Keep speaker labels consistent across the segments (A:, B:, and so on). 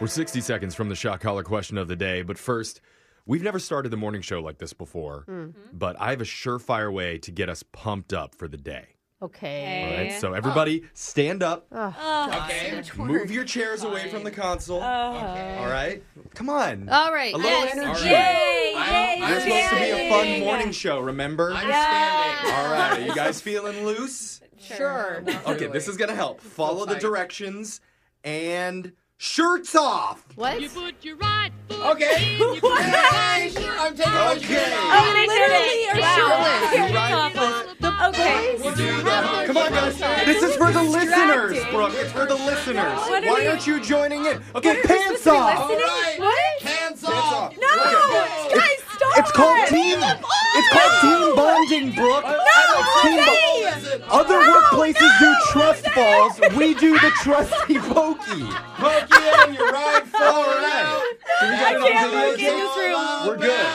A: We're 60 seconds from the shot collar question of the day, but first, we've never started the morning show like this before,
B: Mm-hmm.
A: but I have a surefire way to get us pumped up for the day.
B: Okay.
A: All right, so
B: Oh.
A: everybody Oh. stand up,
C: Oh.
D: Oh,
C: Okay.
A: move your chairs away from the console. All right, come on.
B: Oh. All right.
A: a little
B: yes.
A: energy.
B: Yay!
C: I'm-
B: Yay!
A: You're
C: I'm
A: supposed to be a fun
B: yay.
A: morning show, remember?
C: I'm standing.
A: All right, are you guys feeling loose?
B: Sure.
A: Okay, this is gonna help. Follow the
C: tight.
A: directions and shirts off.
B: What?
E: You put your right foot
C: Okay.
E: in, you put your
C: Hey,
E: right
C: I'm taking my shirt
A: Okay.
C: off.
B: Oh, they literally are shirtless.
A: Right foot.
B: Okay.
A: Come on, guys. This is for the listeners, Brooke. It's for the listeners.
B: What are
A: Why
B: we-
A: aren't you joining in? Okay, pants off.
C: All right.
B: What?
C: Hands
A: Pants
C: off.
A: off.
B: No!
A: Okay.
B: Guys, stop!
A: It's called team. It's called team bonding, Brooke. It's team bonding.
C: Listen.
A: Other workplaces do trust falls. We do the trusty pokey.
C: Poke it in your right foot.
A: All right. Do we got it on video
B: look in
A: tape?
B: this room.
A: We're good.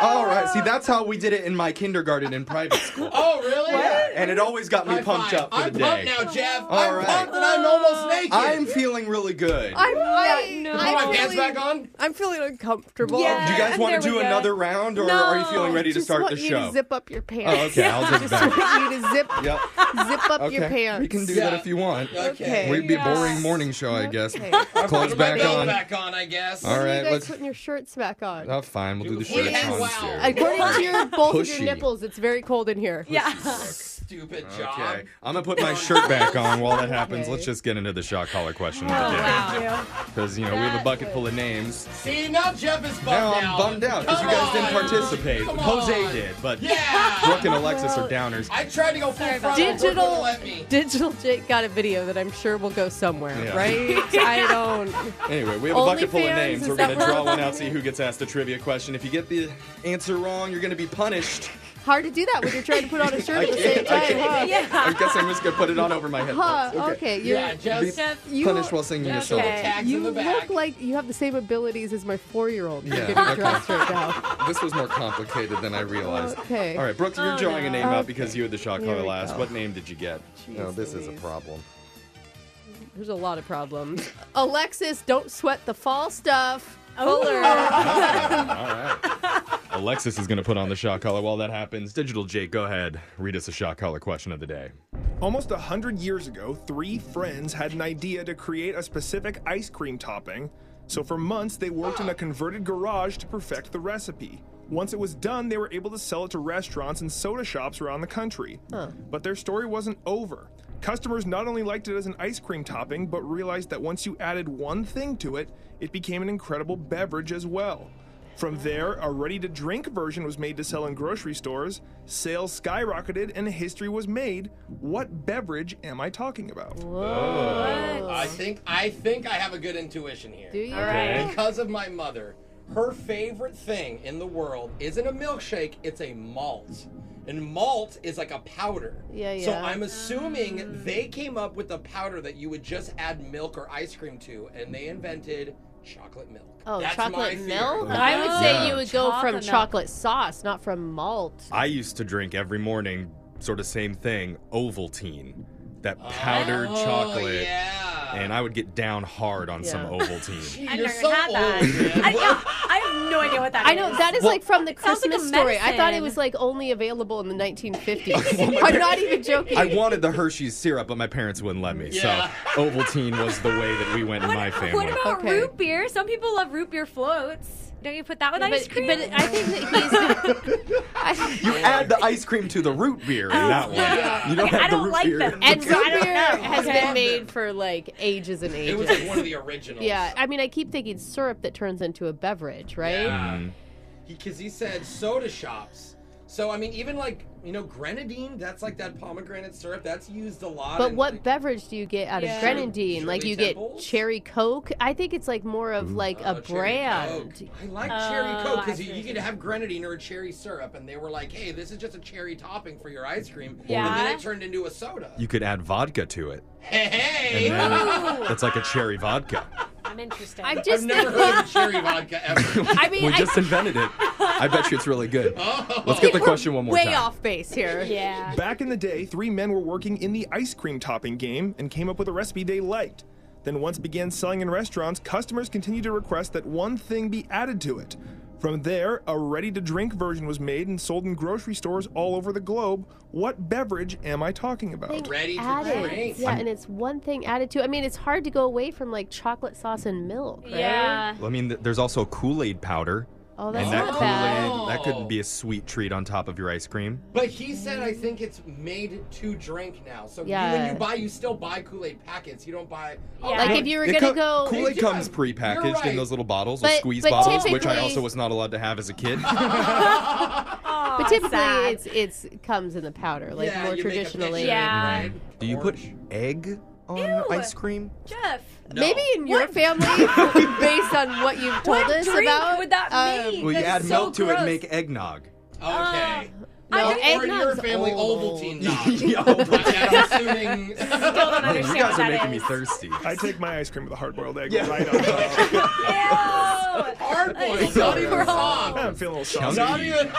A: All right. See, that's how we did it in my kindergarten and private school,
C: Oh, really?
A: and it always got me
C: High
A: pumped
C: five.
A: up for
C: I'm
A: the
C: pumped
A: day.
C: now, Jeff.
A: All
C: I'm
A: right.
C: pumped and I'm almost naked.
A: I'm feeling really good.
D: Oh. I'm not.
C: Put my
D: I'm,
C: pants
D: feeling,
C: back on.
D: I'm feeling uncomfortable.
B: Yeah.
A: Do you guys
B: And
A: want to
B: there we
A: do
B: go.
A: another round, or
D: No,
A: are you feeling ready to
D: just
A: start
D: want
A: the
D: you
A: show?
D: To zip up your pants.
A: Oh, okay. I'll zip it
D: I
A: back.
D: want you to zip,
A: Yep.
D: zip up your
A: Okay.
D: pants.
A: We can do
C: Yeah.
A: that if you want.
D: Okay.
A: We'd be a boring morning show, I guess.
D: Okay.
A: Clothes
C: Put my
A: back
C: belt
A: on.
C: back on, I guess.
A: All
D: All
A: right,
D: right, you guys
A: let's-
D: putting your shirts back on.
A: Oh, fine. We'll do the
C: Do the
A: shirts
C: full
A: on
C: wow.
A: here.
D: According to your both of
A: Pushy.
D: your nipples, it's very cold in here.
B: Yeah.
C: Stupid job.
A: Okay. I'm going to put my shirt back on while that happens.
D: Okay. Oh.
A: Let's just get into the shot collar
C: Oh,
A: question of the day. Because, you know, we have a bucket full of names.
C: See, now Jeff is bummed
A: Now
C: out.
A: I'm bummed out because you guys didn't
C: Come on.
A: participate.
C: Come
A: Jose
C: on.
A: did, but
C: Yeah.
A: Brooke and Alexis are downers.
C: I tried to go full frontal. but wouldn't
D: Digital,
C: Let me.
D: digital Jake got a video that I'm sure will go somewhere,
A: Yeah.
D: right? I don't.
A: Anyway, we have a bucket full of
D: OnlyFans,
A: names.
D: is
A: We're
D: that
A: going to draw
D: what-
A: one out, see who gets asked a trivia question. If you get the answer wrong, you're going to be punished.
D: Hard to do that when you're trying to put on a shirt at the same
A: can't- I
D: time, huh?
A: can't. I guess I'm just going to put it on over my head.
D: Huh, okay. You're,
C: Yeah, Jeff.
A: Be
B: Jeff,
D: you-
A: punished while singing your solo.
B: Okay.
C: Tags
D: You
C: in the
D: look
C: back.
D: like you have the same abilities as my four-year-old.
A: Yeah,
D: You're getting
A: okay.
D: dressed right now.
A: This was more complicated than I realized.
D: Okay.
A: All right, Brooks, you're drawing a name out because you had the shot
D: Here
A: collar
D: we
A: last.
D: go.
A: What name did you get? no, this is a
D: Louise.
A: problem.
D: There's a lot of problems. Alexis, don't sweat the fall stuff. Fuller.
A: All right. Alexis is going to put on the shot collar while that happens. Digital Jake, go ahead. Read us a shot collar question of the day.
F: Almost a hundred years ago, three friends had an idea to create a specific ice cream topping. So for months, they worked in a converted garage to perfect the recipe. Once it was done, they were able to sell it to restaurants and soda shops around the country. But their story wasn't over. Customers not only liked it as an ice cream topping, but realized that once you added one thing to it, it became an incredible beverage as well. From there, a ready to drink version was made to sell in grocery stores, sales skyrocketed, and history was made. What beverage am I talking about?
C: I think I think I have a good intuition here.
D: Do you?
C: Because of my mother, her favorite thing in the world isn't a milkshake, it's a malt. And malt is like a powder.
D: Yeah,
C: So
D: yeah. Mm.
C: I'm assuming they came up with a powder that you would just add milk or ice cream to, and they invented chocolate milk.
D: Oh,
C: That's my
D: chocolate
C: theory.
D: milk.
B: Oh.
D: I would say
A: Yeah.
D: you would go
B: Chocolate
D: from
B: milk.
D: chocolate sauce, not from malt.
A: I used to drink every morning, sort of same thing, Ovaltine, that powdered
C: Oh,
A: chocolate.
C: Yeah.
A: And I would get down hard on some
D: Yeah.
A: Ovaltine.
C: You're
E: never
C: so
E: had that.
C: old, man.
E: I, know- I have no idea what that is.
D: I know that is like from the
B: sounds like a
D: Christmas story. I thought it
B: medicine.
D: was like only available in the 1950s. I'm not even joking.
A: I wanted the Hershey's syrup, but my parents wouldn't let me.
C: Yeah.
A: So Ovaltine was the way that we went in my family.
E: What about
D: Okay.
E: root beer? Some people love root beer floats. Don't you put that with ice
D: but,
E: cream?
D: but I think that he's. I-
A: You add the ice cream to the root beer in
D: Oh,
A: that one. You don't
E: Okay,
A: have
E: I
A: the
E: don't
A: root
E: like
A: beer.
E: them.
D: and
E: Okay. I
D: root
E: don't
D: beer
E: know.
D: has
E: Okay.
D: been made for like ages and
C: It
D: ages.
C: was like one of the originals.
D: yeah, I mean, I keep thinking syrup that turns into a beverage, right?
C: Yeah. Because he said soda shops. So I mean, even like you know, grenadine. That's like that pomegranate syrup. That's used a lot. in,
D: But
C: like-
D: what beverage do you get out
B: Yeah.
D: of grenadine?
C: Shirley
D: like you
C: Temples?
D: get cherry coke. I think it's like more of like
C: Oh,
D: a
C: cherry
D: brand.
C: Coke. I like cherry coke because
B: I
C: you,
B: see.
C: you could have grenadine or a cherry syrup, and they were like, "Hey, this is just a cherry topping for your ice cream." And
B: Yeah.
C: then it turned into a soda.
A: You could add vodka to it.
C: hey, hey.
A: And then it's like a cherry vodka.
B: I'm interested.
D: I'm
C: I've
D: just.
C: never heard of cherry vodka ever.
D: I mean,
A: We
D: I
A: just invented it. I bet you it's really good.
C: Oh.
A: Let's get the question one more
D: way
A: time.
D: off base here.
B: yeah.
F: Back in the day, three men were working in the ice cream topping game and came up with a recipe they liked. then once began selling in restaurants, customers continued to request that one thing be added to it. From there, a ready to drink version was made and sold in grocery stores all over the globe. What beverage am I talking about?
C: Ready to
D: added.
C: drink.
D: Yeah, and it's one thing added to. I mean, it's hard to go away from like chocolate sauce and milk. Right?
E: Yeah.
A: I mean, th- there's also Kool Aid powder.
D: Oh, that's
A: and that
D: not
A: Kool-Aid,
C: bad.
A: that could be a sweet treat on top of your ice cream.
C: But he said, I think it's made to drink now. So you- when
D: Yeah.
C: you buy, you still buy Kool Aid packets. You don't buy. Oh,
B: Yeah.
D: Like
B: Well,
D: if you were
A: It
D: gonna
A: co-
D: go,
A: Kool-Aid
C: Yeah,
A: comes
C: you're
A: prepackaged
C: right.
A: in those little bottles
D: But-
A: or squeeze
D: but
A: bottles, which I
D: typically-
A: also was not allowed to have as a kid.
D: but typically
E: sad.
D: it's it's comes in the powder, like
C: yeah,
D: more
C: you make a
D: traditionally.
C: picture,
E: Yeah.
C: right?
A: Do you put
C: Orange.
A: egg on ice cream?
E: Jeff.
C: No.
D: Maybe in your family, based on what you've told
E: What
D: us
E: drink
D: about,
E: would that
D: um,
E: be?
A: Well, you add
E: That's so
A: milk to it and
E: gross.
A: make eggnog.
C: Okay.
D: no,
C: or in your
D: eggnog's
C: family,
D: old.
C: Ovaltine
A: Yeah,
C: nog.
A: Ovaltine.
C: Like, I'm assuming.
E: Still don't
A: you
E: understand
A: guys
E: what
A: are
E: that
A: making me
E: is.
A: thirsty.
F: I take my ice cream with a hard boiled egg
A: Yeah.
F: right on top.
E: Ew.
C: Hard boiled, not even
E: Gross.
C: soft.
F: I'm feeling a little
A: Chunky.
F: saucy.
C: Not even.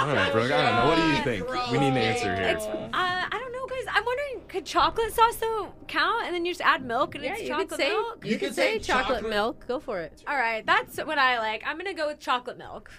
A: All right, Brooke, I don't know. What do you think? We need an answer here.
E: It's, uh, I don't know, guys. I'm wondering, could chocolate sauce though count? And then you just add milk and
D: Yeah,
E: it's
D: you
E: chocolate
D: could say
E: milk?
D: you,
C: You
D: could,
C: could say
D: say chocolate,
C: chocolate-
D: milk. Go for it.
E: All right, that's what I like. I'm going to go with chocolate milk.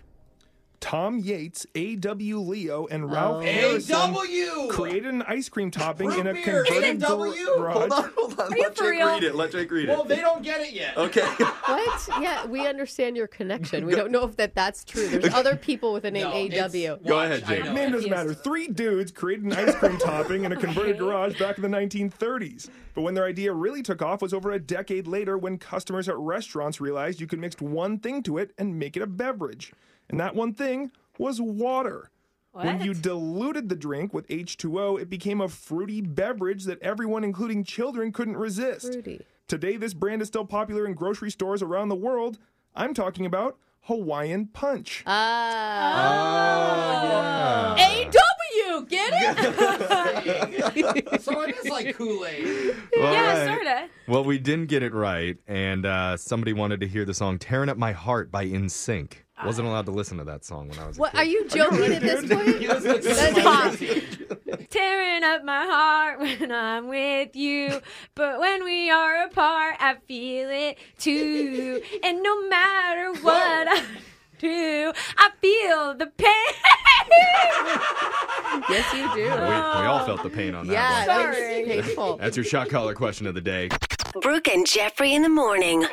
F: Tom Yates, A.W. Leo, and Ralph
D: Oh.
F: Harrison
C: AW!
F: created an ice cream topping
C: Root
F: in a
C: beer,
F: converted gar-
C: A.W.?
A: Hold
F: garage.
A: on, hold on.
E: you
A: Let
E: for
A: Jake
E: real?
A: read it. Let Jake read it.
C: Well, they don't get it yet.
A: okay.
D: What? Yeah, we understand your connection. We don't know if that that's true. There's other people with the name
C: No,
D: AW.
C: it's-
A: Go
C: watch,
A: ahead,
C: I
A: Jake.
C: know
F: Name
C: it.
F: doesn't matter. Three dudes created an ice cream topping in a converted garage back in the 1930s. But when their idea really took off was over a decade later when customers at restaurants realized you could mix one thing to it and make it a beverage. And that one thing was water. When you diluted the drink with H2O, it became a fruity beverage that everyone, including children, couldn't resist.
D: Fruity.
F: Today, this brand is still popular in grocery stores around the world. I'm talking about Hawaiian Punch.
D: Uh,
G: Ah,
A: Oh, yeah.
D: AW, get it?
C: So it is like Kool Aid.
A: All
E: Yeah,
A: right.
E: sort of.
A: Well, we didn't get it right, and uh, somebody wanted to hear the song "Tearing Up My Heart" by In Sync. Wasn't allowed to listen to that song when I was. a
D: what
A: kid.
D: are you joking at this point? That's hot.
E: Tearing up my heart when I'm with you. But when we are apart, I feel it too. And no matter what I do, I feel the pain.
D: Yes, you
A: We, we
D: do.
A: all felt the pain on that
D: Yeah,
A: one.
D: that's painful.
A: That's your shot collar question of the day.
H: Brooke and Jeffrey in the morning.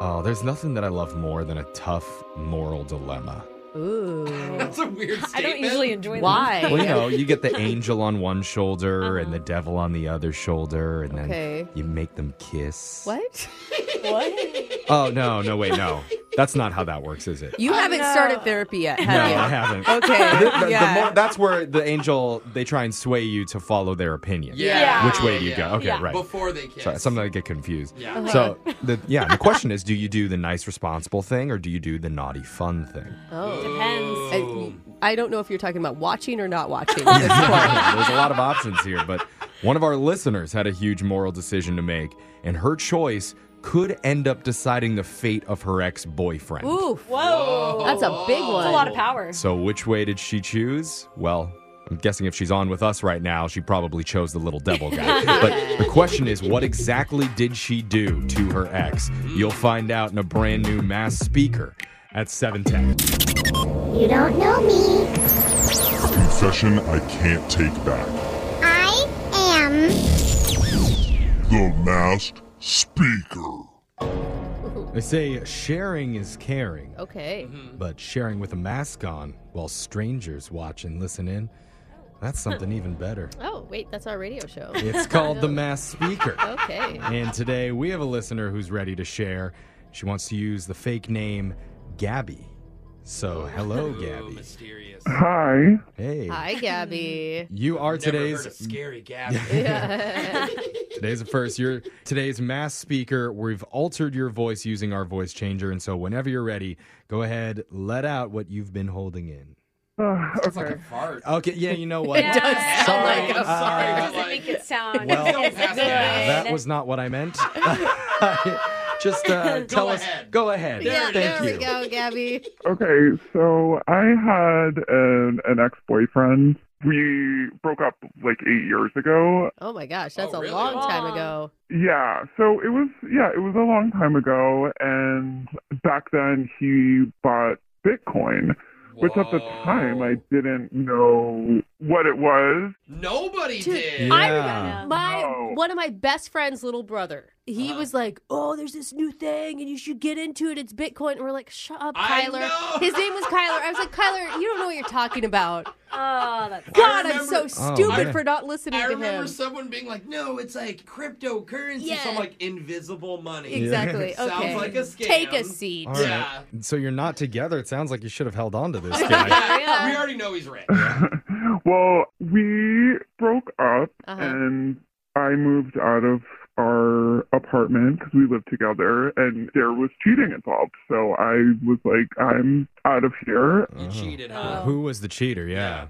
A: Oh, there's nothing that I love more than a tough moral dilemma.
D: Ooh,
C: That's a weird statement.
E: I don't usually enjoy them.
D: why?
A: Well, you know, you get the angel on one shoulder and the devil on the other shoulder, and
D: Uh-huh. Okay.
A: then you make them kiss.
D: What?
A: Oh no, no wait, no, that's not how that works, is it?
D: You haven't started therapy yet,
A: no,
D: have you?
A: I haven't.
D: Okay.
A: The- the
D: yeah.
A: more- that's where the angel they try and sway you to follow their opinion.
C: Yeah.
A: Which way do you
C: Yeah.
A: go? Okay,
E: Yeah.
A: right.
C: Before they kiss.
A: Sorry, sometimes I get confused.
C: Yeah.
D: Uh-huh.
A: So the yeah, the question is, do you do the nice, responsible thing, or do you do the naughty, fun thing?
D: oh.
E: Depends.
D: I, I don't know if you're talking about watching or not watching.
A: There's a lot of options here, but one of our listeners had a huge moral decision to make, and her choice could end up deciding the fate of her ex-boyfriend.
D: Ooh,
E: Whoa.
D: that's a big one.
E: That's a lot of power.
A: So which way did she choose? Well, I'm guessing if she's on with us right now, she probably chose the little devil guy. but the question is, what exactly did she do to her ex? You'll find out in a brand new mass speaker at 7:10.
I: You don't know me.
J: Confession I can't take back.
I: I am.
J: The masked speaker.
A: They say sharing is caring,
D: Okay.
C: Mm-hmm.
A: but sharing with a mask on while strangers watch and listen in, that's something even better.
D: Oh, wait, that's our radio show.
A: It's called the mass speaker.
D: Okay.
A: And today we have a listener who's ready to share. She wants to use the fake name Gabby. So, hello,
C: Ooh,
A: Gabby.
C: mysterious.
J: Hi.
A: Hey.
D: Hi, Gabby.
A: You are
C: Never heard of
A: today's
C: scary Gabby.
A: today's the first. You're today's mass speaker. We've altered your voice using our voice changer, and so whenever you're ready, go ahead, let out what you've been holding in.
J: Uh,
C: Like
J: okay.
C: a fart.
A: Okay, yeah, you know what?
E: Yeah.
A: Sorry.
C: I'm
A: Uh,
C: sorry.
E: That
C: but
E: doesn't
C: like-
E: make it sound
A: Well,
C: Don't pass it
A: Yeah,
C: down.
A: Uh, that was not what I meant. Just uh, tell us.
C: ahead.
A: Go ahead.
D: yeah,
A: Thank
D: there
A: you.
D: we go, Gabby.
J: Okay, so I had an, an ex boyfriend
G: We broke up like eight years ago.
D: Oh my gosh, that's
B: Oh, really?
D: a long time
B: Long.
D: ago.
G: Yeah, so it was yeah, it was a long time ago and back then he bought Bitcoin, which at the time I didn't know what it was.
C: Nobody
D: Dude,
C: did.
D: I
A: Yeah.
D: My
G: No.
D: one of my best friend's little brother. He was like, "Oh, there's this new thing, and you should get into it. It's Bitcoin." And we're like, "Shut up,
C: I
D: Kyler."
C: know.
D: His name was Kyler. I was like, "Kyler, you don't know what you're talking about."
B: Oh, that's
D: Ah, God, I'm so
C: remember-
A: Oh,
D: stupid
A: I-
D: for not listening
C: I
D: to him.
C: remember someone being like, "No, it's like cryptocurrency,
D: Yeah.
C: some like invisible money."
D: Exactly.
C: Sounds
D: Okay.
C: like a scam.
D: Take a seat.
A: All right.
C: Yeah.
A: So you're not together. It sounds like you should have held on to this
C: Yeah,
A: guy.
C: We already know he's rich.
G: well, we broke up
D: Uh-huh.
G: and I moved out of our apartment because we lived together and there was cheating involved. So I was like, I'm out of here.
C: You cheated, huh?
D: Oh.
A: Who was the cheater? Yeah.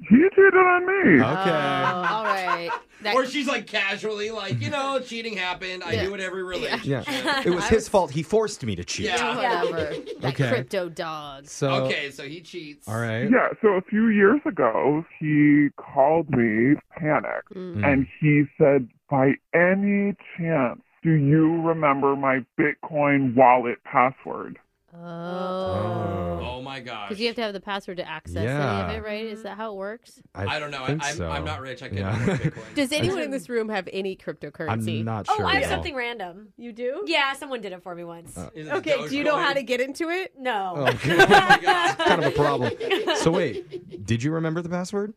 G: He cheated on me.
A: Okay.
D: Oh, all right. That-
C: Or she's like casually, like, you know, cheating happened. I
D: Yeah.
C: do it every relationship.
A: Yeah. It was his fault. He forced me to cheat.
C: Yeah.
D: whatever. That
A: Okay.
D: crypto dog.
A: So.
C: okay, so he cheats.
A: All right.
G: Yeah, so a few years ago, he called me panicked
D: Mm.
G: and he said, By any chance, do you remember my Bitcoin wallet password?
D: Oh.
C: Oh my gosh.
D: Because you have to have the password to access
A: Yeah.
D: any of it, right? Is that how it works?
C: I don't know. I,
A: think
C: I'm,
A: so.
C: I'm not rich. I
A: Yeah.
C: can't afford Bitcoin.
D: Does anyone in this room have any cryptocurrency?
A: I'm not
E: Oh,
A: sure.
E: I have
A: though.
E: something random.
D: You do?
E: Yeah, someone did it for me once.
C: Is it
D: Okay, do you know how to get into it?
E: no.
A: Oh, okay.
C: Dogecoin? oh my gosh.
A: kind of a problem. So wait, did you remember the password?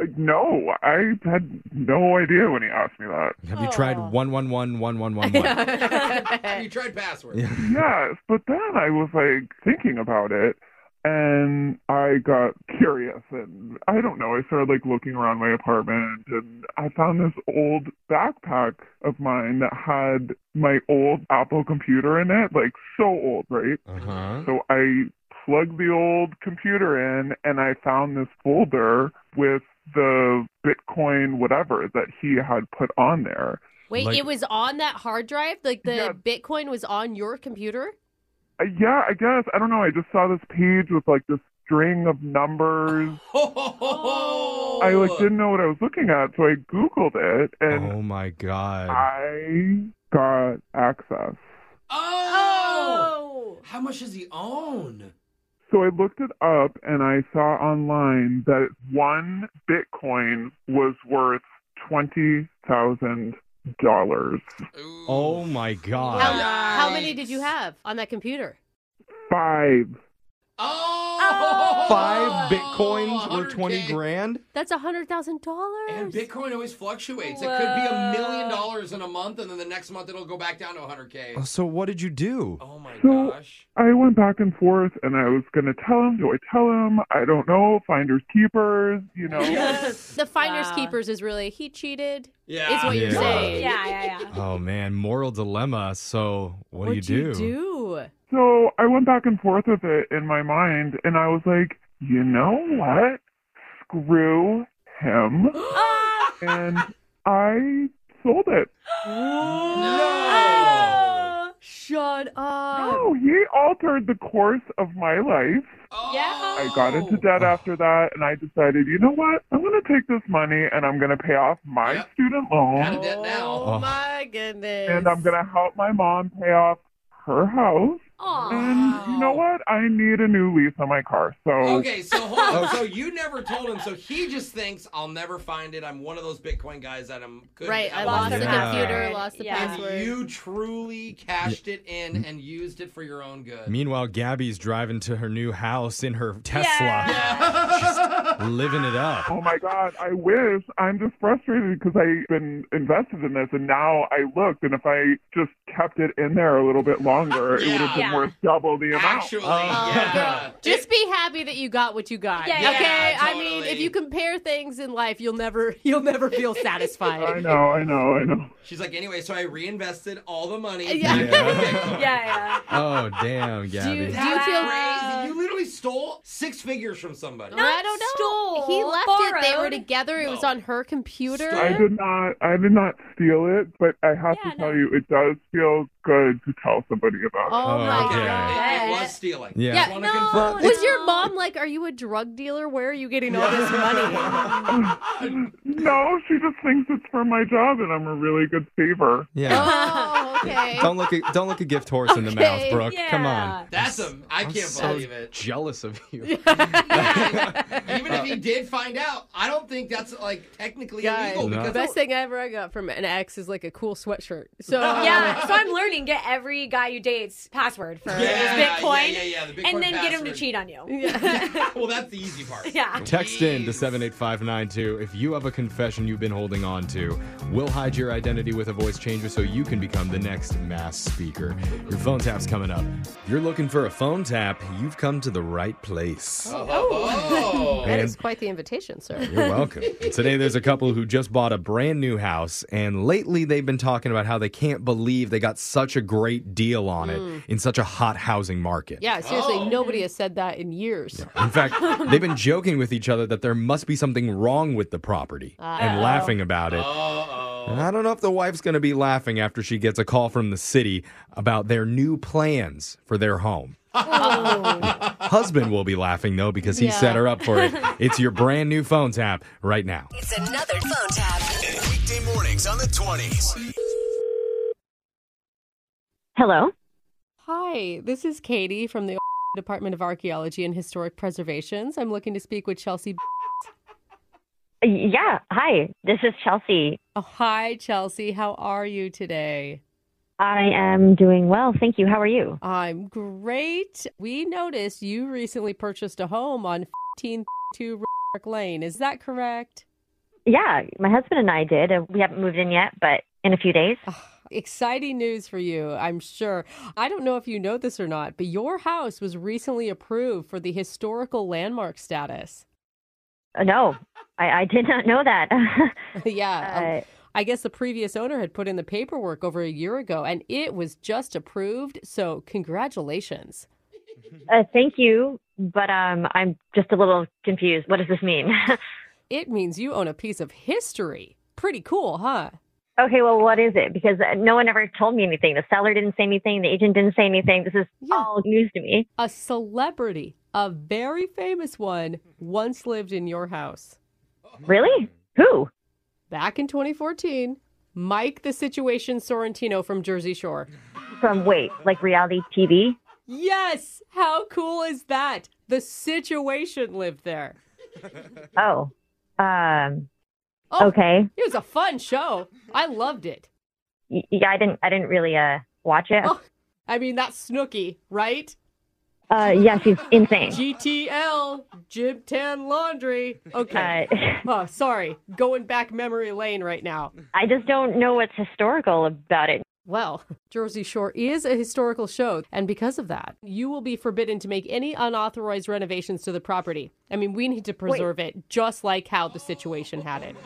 G: Uh, No, I had no idea when he asked me that.
A: Have you tried
E: Oh.
A: one one one one one one one?
C: Have you tried password?
A: Yeah.
G: Yes, but then I was like thinking about it and I got curious and I don't know, I started like looking around my apartment and I found this old backpack of mine that had my old Apple computer in it, like so old, right?
A: Uh huh.
G: So I plugged the old computer in and I found this folder with the Bitcoin whatever that he had put on there.
D: Wait,
A: Like-
D: it was on that hard drive? Like the
G: Yeah.
D: Bitcoin was on your computer?
G: Uh, Yeah, I guess. I don't know. I just saw this page with like this string of numbers.
C: Oh.
G: I like didn't know what I was looking at, so I googled it and
A: Oh my god.
G: I got access.
C: Oh!
E: Oh.
C: How much does he own?
G: So I looked it up and I saw online that one Bitcoin was worth twenty thousand dollars.
C: Ooh.
A: Oh my god.
D: How, how many
C: Yikes.
D: did you have on that computer?
G: Five.
C: Oh!
A: Five bitcoins were
C: 100K.
A: twenty grand.
D: That's a $100,000.
C: And Bitcoin always fluctuates. It could be a million dollars in a month, and then the next month it'll go back down to 100K.
A: Oh, So what did you do?
C: Oh my
G: So-
C: gosh.
G: I went back and forth and I was gonna tell him, do I tell him? I don't know, finders keepers, you know.
D: The finders
E: Wow.
D: keepers is really, he cheated,
C: Yeah.
D: is what you're
A: Yeah.
D: saying.
E: Yeah, yeah, yeah.
A: Oh man, moral dilemma. So what
D: What'd
A: do you do?
D: do?
G: So I went back and forth with it in my mind, and I was like, you know what? Screw him. and I sold it.
C: No!
D: Shut up.
G: Oh, he altered the course of my life. I got into debt after that, and I decided, you know what? I'm going to take this money and I'm going to pay off my
C: Yep.
G: student
C: Out
G: loan,
C: of debt now.
D: Oh, my goodness.
G: and I'm going to help my mom pay off her house. And you know what? I need a new lease on my car. So.
A: Oh.
G: Oh,
C: Okay, so hold on. So you never told him, so he just thinks I'll never find it. I'm one of those Bitcoin guys that I'm good.
D: Right, I
C: at
D: lost the
A: Yeah.
D: computer, lost the
E: Yeah.
D: password.
C: And you truly cashed it in and used it for your own good.
A: Meanwhile, Gabby's driving to her new house in her Tesla, living it up.
G: Oh my God, I wish. I'm just frustrated because I've been invested in this and now I looked, and if I just kept it in there a little bit longer, it would have been
E: Yeah.
G: worth double the amount.
C: Actually,
A: Oh,
C: yeah.
D: Just be happy that you got what you got.
E: Yeah, yeah,
D: okay? I
C: totally.
D: mean, if you compare things in life, you'll never you'll never feel
G: Uh, I
D: satisfied.
G: know, I know, I know.
C: She's like, anyway, so I reinvested all the money.
D: Yeah.
A: Yeah.
E: Yeah, yeah.
A: Oh damn, Gabby.
D: Do you feel
C: Crazy. You literally stole six figures from somebody.
D: I don't know.
E: stole,
D: he left it. They were
E: borrowed.
D: together. It was on her computer.
G: I did not. I did not steal it, but I have to tell you, it does feel good to tell somebody about.
D: Oh, my
A: okay.
D: god.
C: It was stealing.
A: Yeah.
D: Yeah,
C: Just wanna
D: no.
C: confirm.
D: Was your mom like, "Are you a drug dealer? Where are you getting all this money?"
G: it. No, she just thinks it's for my job, and I'm a really good saver.
A: Yeah.
D: oh, okay.
A: Don't look a, don't look a gift horse in the mouth,
D: Okay,
A: Brooke. Come on.
C: That's a. I
A: I'm
C: can't
A: so
C: believe it.
A: Jealous of you.
C: Even if he did find out, I don't think that's like technically
D: Guys,
C: illegal.
A: No.
D: the
C: Because
D: best thing I ever got from an ex is like a cool sweatshirt. So um,
E: Yeah, so I'm learning get every guy you date's password for
C: yeah,
E: his Bitcoin,
C: yeah, yeah, yeah, the Bitcoin
E: and then get him to
C: password.
E: cheat on you.
C: well, that's the easy part.
E: Yeah.
A: Text in to 78592 if you have a confession you've been holding on to. We'll hide your identity with a voice changer so you can become the next mass speaker. Your phone tap's coming up. If you're looking for a phone tap, you've come to the right place.
C: Oh, oh,
D: that
A: And-
D: is quite the invitation, sir.
A: You're welcome. Today, there's a couple who just bought a brand new house, and lately they've been talking about how they can't believe they got such a great deal on it in such a hot housing market.
D: Yeah, seriously,
K: Oh.
D: nobody has said that in years.
A: In fact, they've been joking with each other that there must be something wrong with the property and laughing about it. And I don't know if the wife's going to be laughing after she gets a call from the city about their new plans for their home. Husband will be laughing though because he set her up for it. It's your brand new phone tap right now.
H: It's another phone tap.
L: Weekday mornings on the 20s.
K: Hello.
D: Hi, this is Katie from the Department of Archaeology and Historic Preservations. I'm looking to speak with Chelsea.
K: Yeah. Hi. This is Chelsea.
D: Oh, hi, Chelsea. How are you today?
K: I am doing well. Thank you. How are you?
D: I'm great. We noticed you recently purchased a home on 1502 Rock Lane. Is that correct?
K: Yeah. My husband and I did. Uh, We haven't moved in yet, but in a few days.
D: Exciting news for you, I'm sure. I don't know if you know this or not, but your house was recently approved for the historical landmark status.
K: Uh, No, I, uh, I did not know that.
D: yeah. um, I guess the previous owner had put in the paperwork over a year ago and it was just approved. So, congratulations.
K: Uh, thank you, but um, I'm just a little confused. What does this mean?
D: It means you own a piece of history. Pretty cool, huh?
K: okay. Well, what is it? Because uh, no one ever told me anything. The seller didn't say anything. The agent didn't say anything. This is all news to me.
D: A celebrity, a very famous one, once lived in your house.
K: Really? Who?
D: Back in 2014, Mike the Situation Sorrentino from Jersey Shore.
K: From wait, like reality TV?
D: Yes! How cool is that? The Situation lived there.
K: Oh. Um.
D: Oh,
K: Okay.
D: It was a fun show. I loved it.
K: Y- Yeah, I didn't. I didn't really uh watch it.
D: Oh, I mean, that's Snooki, right?
K: Uh, yeah, she's insane.
D: GTL, Jib Tan Laundry. Okay.
K: Uh,
D: oh, sorry. Going back memory lane right now.
K: I just don't know what's historical about it.
D: Well, Jersey Shore is a historical show, and because of that, you will be forbidden to make any unauthorized renovations to the property. I mean, we need to preserve it just like how the situation had it.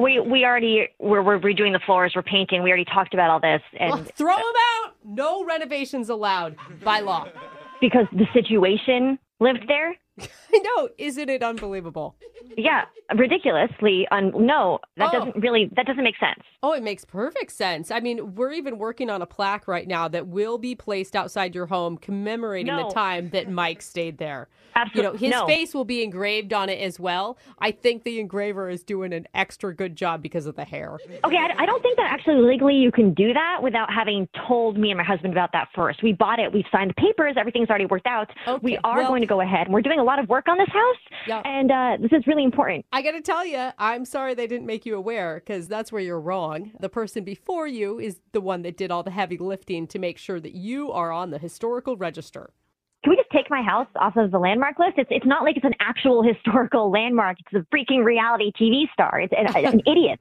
K: We we already we're we're redoing the floors. We're painting. We already talked about all this, and
D: Well, throw them out! No renovations allowed by law.
K: because the situation lived there.
D: I know, isn't it unbelievable?
K: Yeah, ridiculously. Un- no, that
D: Oh.
K: doesn't really. That doesn't make sense.
D: Oh, it makes perfect sense. I mean, we're even working on a plaque right now that will be placed outside your home commemorating
K: No.
D: the time that Mike stayed there. You know,
K: Absolutely.
D: his
K: no.
D: face will be engraved on it as well. I think the engraver is doing an extra good job because of the hair.
K: Okay, I, I don't think that actually legally you can do that without having told me and my husband about that first. We bought it. We've signed the papers. Everything's already worked out. we are
D: well-
K: going to go ahead. We're doing a lot of work on this house,
D: Yeah.
K: and uh, this is really important.
D: I got to tell you, I'm sorry they didn't make you aware because that's where you're wrong. The person before you is the one that did all the heavy lifting to make sure that you are on the historical register.
K: Can we just take my house off of the landmark list? It's it's not like it's an actual historical landmark. It's a freaking reality TV star. It's an, an idiot.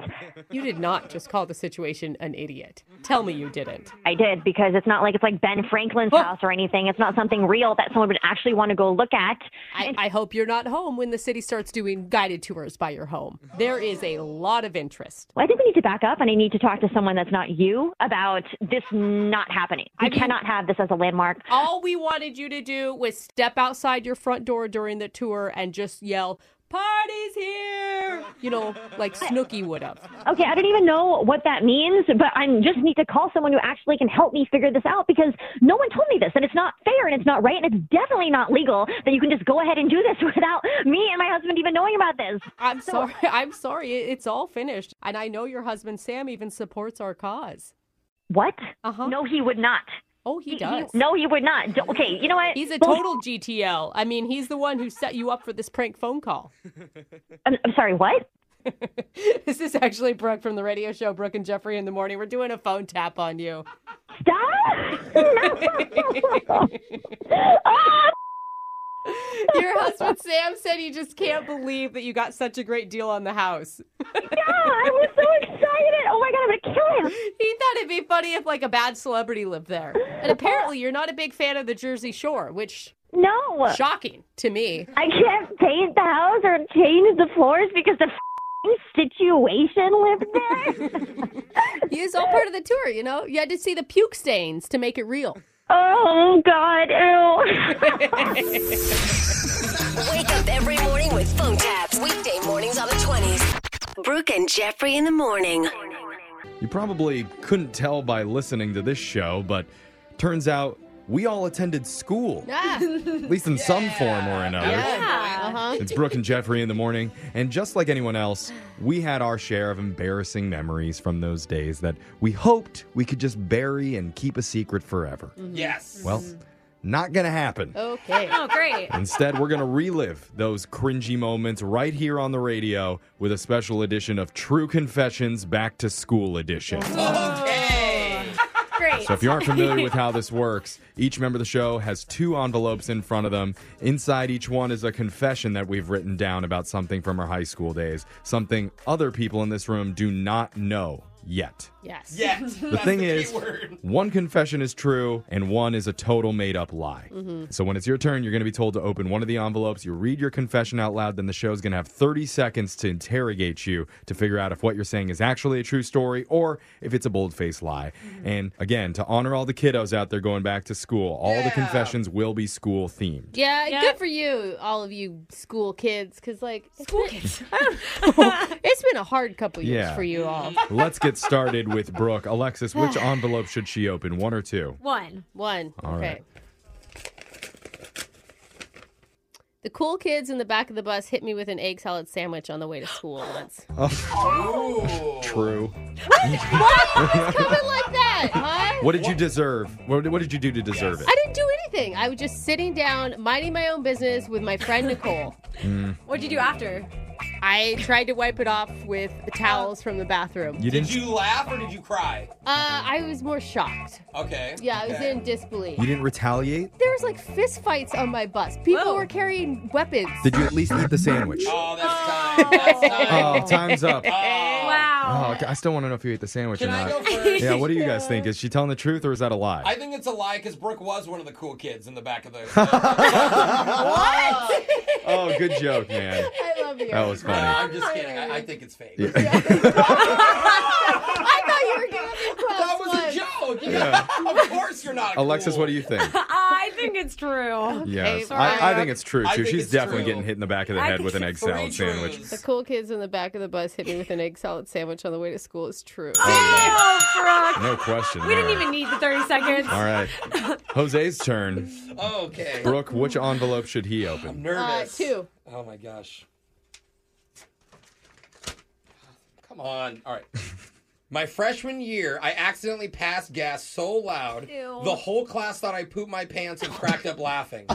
D: You did not just call the situation an idiot. Tell me you didn't.
K: I did because it's not like it's like Ben Franklin's house or anything. It's not something real that someone would actually want to go look at.
D: I, I hope you're not home when the city starts doing guided tours by your home. There is a lot of interest.
K: Well, I think we need to back up and I need to talk to someone that's not you about this not happening. We
D: mean-
K: cannot have this as a landmark.
D: All we wanted you to do with step outside your front door during the tour and just yell, Party's here! You know, like Snooki would have.
K: Okay, I don't even know what that means, but I just need to call someone who actually can help me figure this out because no one told me this, and it's not fair, and it's not right, and it's definitely not legal that you can just go ahead and do this without me and my husband even knowing about this.
D: I'm sorry. I'm sorry. It- It's all finished. And I know your husband, Sam, even supports our cause.
K: What?
D: Uh-huh.
K: No, he would not.
D: Oh, he,
K: He- he-
D: does.
K: no, he would not. D- okay, you know what?
D: He's a
K: Bull-
D: total GTL. I mean, he's the one who set you up for this prank phone call.
K: I'm, I'm sorry, what?
D: this is actually Brooke from the radio show Brooke and Jeffrey in the morning. We're doing a phone tap on you. Your husband Sam said he just can't believe that you got such a great deal on the house.
K: I was so excited. Oh my god, I'm gonna kill him.
D: He thought it'd be funny if like a bad celebrity lived there. And apparently you're not a big fan of the Jersey Shore, which
K: No.
D: shocking to me.
K: I can't paint the house or change the floors because the f***ing situation lived there.
D: It's all part of the tour, you know? You had to see the puke stains to make it real.
K: Oh god,
H: Wake up every morning with phone taps. Weekday mornings on the 20s. Brooke and Jeffrey in the morning.
A: You probably couldn't tell by listening to this show, but turns out we all attended school, at least in some form or another.
D: Uh-huh.
A: It's Brooke and Jeffrey in the morning. And just like anyone else, we had our share of embarrassing memories from those days that we hoped we could just bury and keep a secret forever.
C: Yes.
A: Well, not going to happen.
D: Mm-hmm. Okay.
B: Oh, great.
A: Instead, we're going to relive those cringy moments right here on the radio with a special edition of True Confessions Back to School Edition.
B: Okay. Great.
A: So if you aren't familiar with how this works, each member of the show has two envelopes in front of them. Inside each one is a confession that we've written down about something from our high school days, something other people in this room do not know yet.
D: Yes.
C: Yes.
A: The thing is, one confession is true and one is a total made up lie.
D: Mhm.
A: So when it's your turn, you're going to be told to open one of the envelopes. You read your confession out loud, then the show's going to have 30 seconds to interrogate you to figure out if what you're saying is actually a true story or if it's a bold faced lie. And again, to honor all the kiddos out there going back to school, all the confessions will be school themed.
M: Yeah, good for you, all of you school kids, because like school kids, it's been a hard couple years
A: Yeah.
M: for you all.
A: Let's get started with Brooke. Alexis, which envelope should she open? One or two?
M: One, one.
A: All
M: okay.
A: right.
M: The cool kids in the back of the bus hit me with an egg salad sandwich on the way to school once.
A: Oh. True.
M: It's coming like that, huh?
A: What did you deserve? What, what did you do to deserve
M: I didn't do anything. I was just sitting down, minding my own business with my friend Nicole.
A: it? Mm.
M: What'd you do after? I tried to wipe it off with the towels from the bathroom.
A: You
C: Did you laugh or did you cry?
M: Uh, I was more shocked.
C: Okay.
M: Yeah, I was
C: Okay.
M: in disbelief.
A: You didn't retaliate?
M: There was like fist fights on my bus. People were carrying weapons.
A: Did you at least eat the sandwich?
C: Oh, that's
A: Oh, time's up.
M: Wow.
A: Oh, okay, I still want to know if you ate the sandwich
C: Can
A: or
C: I
A: not.
C: go first?
A: Yeah, what do you guys think? Is she telling the truth or is that a lie?
C: I think it's a lie because Brooke was one of the cool kids in the back of the.
A: What? oh, good joke, man.
M: I love you.
A: That was funny.
C: I'm just kidding. I, I think it's fake.
M: I thought you were giving me props.
C: That was a joke. You-
A: Yeah.
C: Of course you're not.
A: Alexis, what do you think?
B: I think it's true.
A: Yes, I, I think it's true
C: I
A: too.
C: think
A: She's
C: it's
A: definitely
C: true.
A: getting hit in the back of the
M: I
A: head
M: think
A: with an egg
M: it's
A: salad
M: three
A: sandwich.
M: The cool kids in the back of the bus hit me with an egg salad sandwich on the way to school. It's true.
B: Oh,
A: No question.
B: Brooke. We didn't
A: there.
B: even need the 30 seconds.
A: All right, Jose's turn.
C: Okay.
A: Brooke, which envelope should he open?
C: Nervous.
M: Uh, two.
C: Oh my gosh. Come on. All right. My freshman year, I accidentally passed gas so loud,
M: Ew.
C: the whole class thought I pooped my pants and cracked up laughing.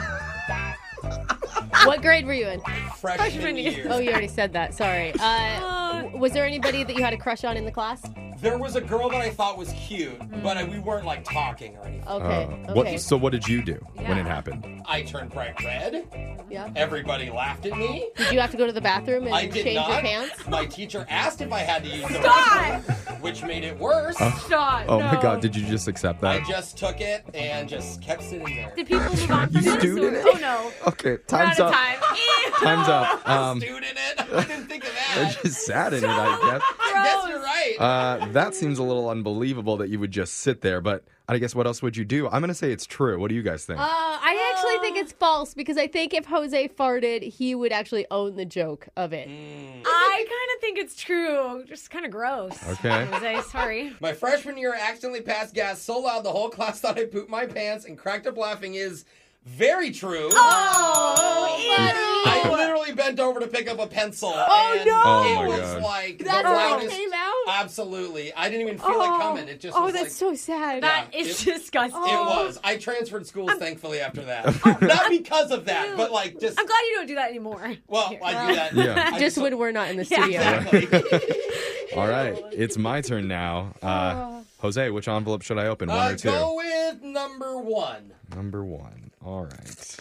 M: What grade were you in?
C: Freshman, year.
M: Oh, you already said that. Sorry. Uh, w- was there anybody that you had a crush on in the class?
C: There was a girl that I thought was cute, but I, we weren't like talking or anything.
A: Uh, What, so, what did you do when it happened?
C: I turned bright red.
M: Yeah.
C: Everybody laughed at me.
M: Did you have to go to the bathroom and
C: I did
M: change
C: not.
M: your pants?
C: My teacher asked if I had to use the restroom, which made it worse.
A: Uh, oh my God! Did you just accept that?
C: I just took it and just kept sitting there.
B: Did people move on
A: You
B: from this?
A: stewed
B: or-
A: in it?
B: Oh, no.
A: Okay,
B: We're
A: time's
B: out
A: up.
B: of time. Ew.
A: Time's up. Um,
C: Dude in it. I didn't think of that.
A: I just sat in it, I guess.
C: I guess you're right. right.
A: Uh, that seems a little unbelievable that you would just sit there, but I guess what else would you do? I'm going to say it's true. What do you guys think?
M: Uh, I actually think it's false because I think if Jose farted, he would actually own the joke of it.
E: I kind of think it's true. Just kind of gross.
A: Okay.
E: Jose, sorry.
C: My freshman year, I accidentally passed gas so loud the whole class thought I pooped my pants and cracked up laughing is very true.
B: Oh, ew.
C: I literally bent over to pick up a pencil.
B: Oh,
C: and
B: no.
A: Oh,
C: It
A: my
C: was
A: God.
C: like
B: That's
C: the
B: how it
C: loudest.
B: came
M: out?
C: Absolutely. I didn't even feel
M: Oh.
C: it coming. It just
M: oh,
C: was
M: that's so
C: like.
M: sad. Oh.
C: That
M: That is
E: disgusting. Oh.
C: It was. I transferred schools, thankfully, after that. Not because of that, but like just.
E: I'm glad you don't do that anymore.
C: Well, I do that.
A: Yeah.
C: I
M: just when we're not in the
E: Yeah.
M: studio.
A: All right, it's my turn now. Uh, Jose, which envelope should I open? One
C: Uh,
A: or two?
C: Go with number one.
A: Number one. All right.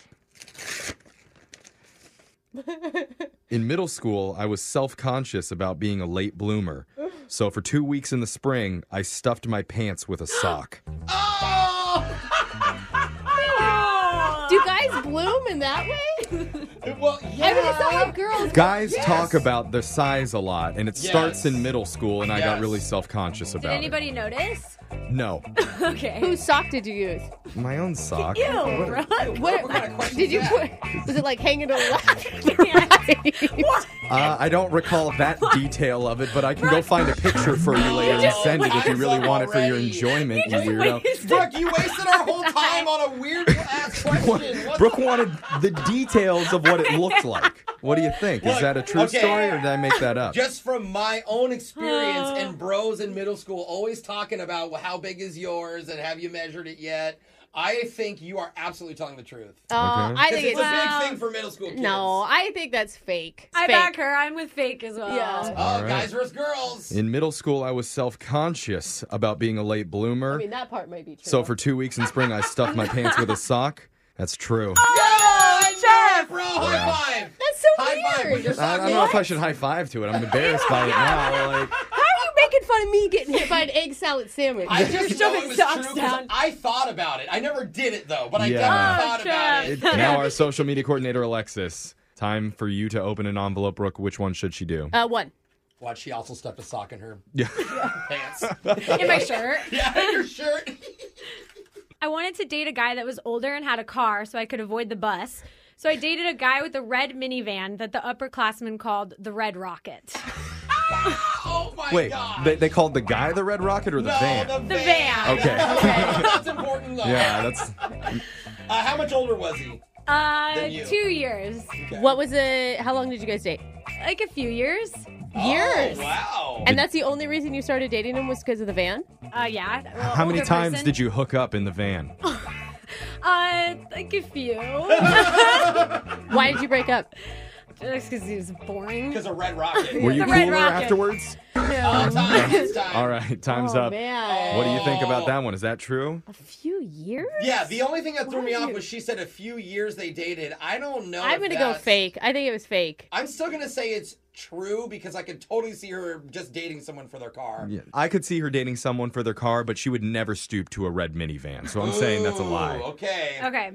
A: In middle school, I was self conscious about being a late bloomer. So for two weeks in the spring, I stuffed my pants with a sock.
M: Do guys bloom in that way?
C: Oh. well,
M: I mean, it's not like girls.
A: Guys talk about their size a lot, and it
E: Yes.
A: starts in middle school, and I got
C: Yes.
A: really self conscious
E: Did
A: about
E: anybody notice?
A: it. No,
E: okay.
M: Whose sock did you use?
A: my own sock. Uh,
M: What, did you put? Was it like hanging to the left?
A: Uh, I don't recall that detail of it, but I can go find a picture for you later and
C: just
A: send it if you
C: wasted
A: really want it for your
C: already.
A: enjoyment, you weirdo.
C: Brooke, you wasted our whole time on a weird ass question. What
A: Brooke wanted the details of what it looked like. What do you think? Is
C: Look,
A: that a true
C: okay.
A: story or did I make that up?
C: Just from my own experience
B: Oh.
C: and bros in middle school always talking about well, how big is yours and have you measured it yet? I think you are absolutely telling the truth.
E: Uh,
M: Oh, I
C: 'Cause
M: think
C: it's,
M: it's,
C: a big thing for middle school kids.
M: No, I think that's fake.
E: I back her. I'm with fake as well.
M: Yeah.
A: All
C: Oh,
A: right.
C: guys versus girls.
A: In middle school, I was self conscious about being a late bloomer.
M: I mean, that part might be true.
A: so for two weeks in spring, I stuffed my pants with a sock. That's true.
C: Oh, Jeff! Bro,
A: Yeah.
C: high five!
M: That's so
C: High five
M: weird.
C: with your
A: I, I
C: sock
A: don't know if I should high five to it. I'm embarrassed by it now. Like,
M: How are you making fun of me getting hit by an egg salad sandwich?
C: I just know it was true
M: socks
C: because I thought about it. I never did it though, but I
A: Yeah.
C: definitely
A: Oh,
C: thought about
A: it-
C: it.
A: now our social media coordinator, Alexis. Time for you to open an envelope, Brooke. Which one should she do?
M: Uh, one.
C: Watch, she also stuffed a sock in her
A: Yeah.
C: pants.
E: In my shirt.
C: yeah, in your shirt.
E: I wanted to date a guy that was older and had a car so I could avoid the bus. So I dated a guy with a red minivan that the upperclassmen called the Red Rocket.
C: Oh my
A: Wait,
C: god.
A: they, they called the guy the Red Rocket or the
C: no,
A: van?
C: the van.
E: The van.
A: Okay.
C: That's important though.
A: yeah, that's
C: Uh, how much older was he?
E: Uh,
C: Then you.
E: two years.
M: What was it? How long did you guys date?
E: Like a few years.
M: Years.
C: Oh, wow.
M: And that's the only reason you started dating him was because of the van?
E: Uh, yeah. well,
A: How many
E: older
A: times
E: person.
A: did you hook up in the van?
E: Uh, like a few.
M: Why did you break up?
E: Just because he was boring.
C: Because of Red Rocket. Oh,
A: Were you
E: The Red
A: cooler
E: Rocket.
A: afterwards?
C: All
E: No.
C: time, it's time.
A: All right, time's
M: oh,
A: up.
M: man.
A: What do you think about
C: Oh.
A: that one? Is that true?
M: A few years?
C: Yeah, the only thing that threw me
M: Why
C: off
M: you-
C: was she said a few years they dated. I don't know.
M: I'm
C: if
M: going to go
C: that's-
M: fake. I think it was fake.
C: I'm still gonna say it's true because I could totally see her just dating someone for their car.
A: I could see her dating someone for their car, but she would never stoop to a red minivan. So I'm saying that's a lie.
C: Ooh, Oh, Okay.
E: Okay.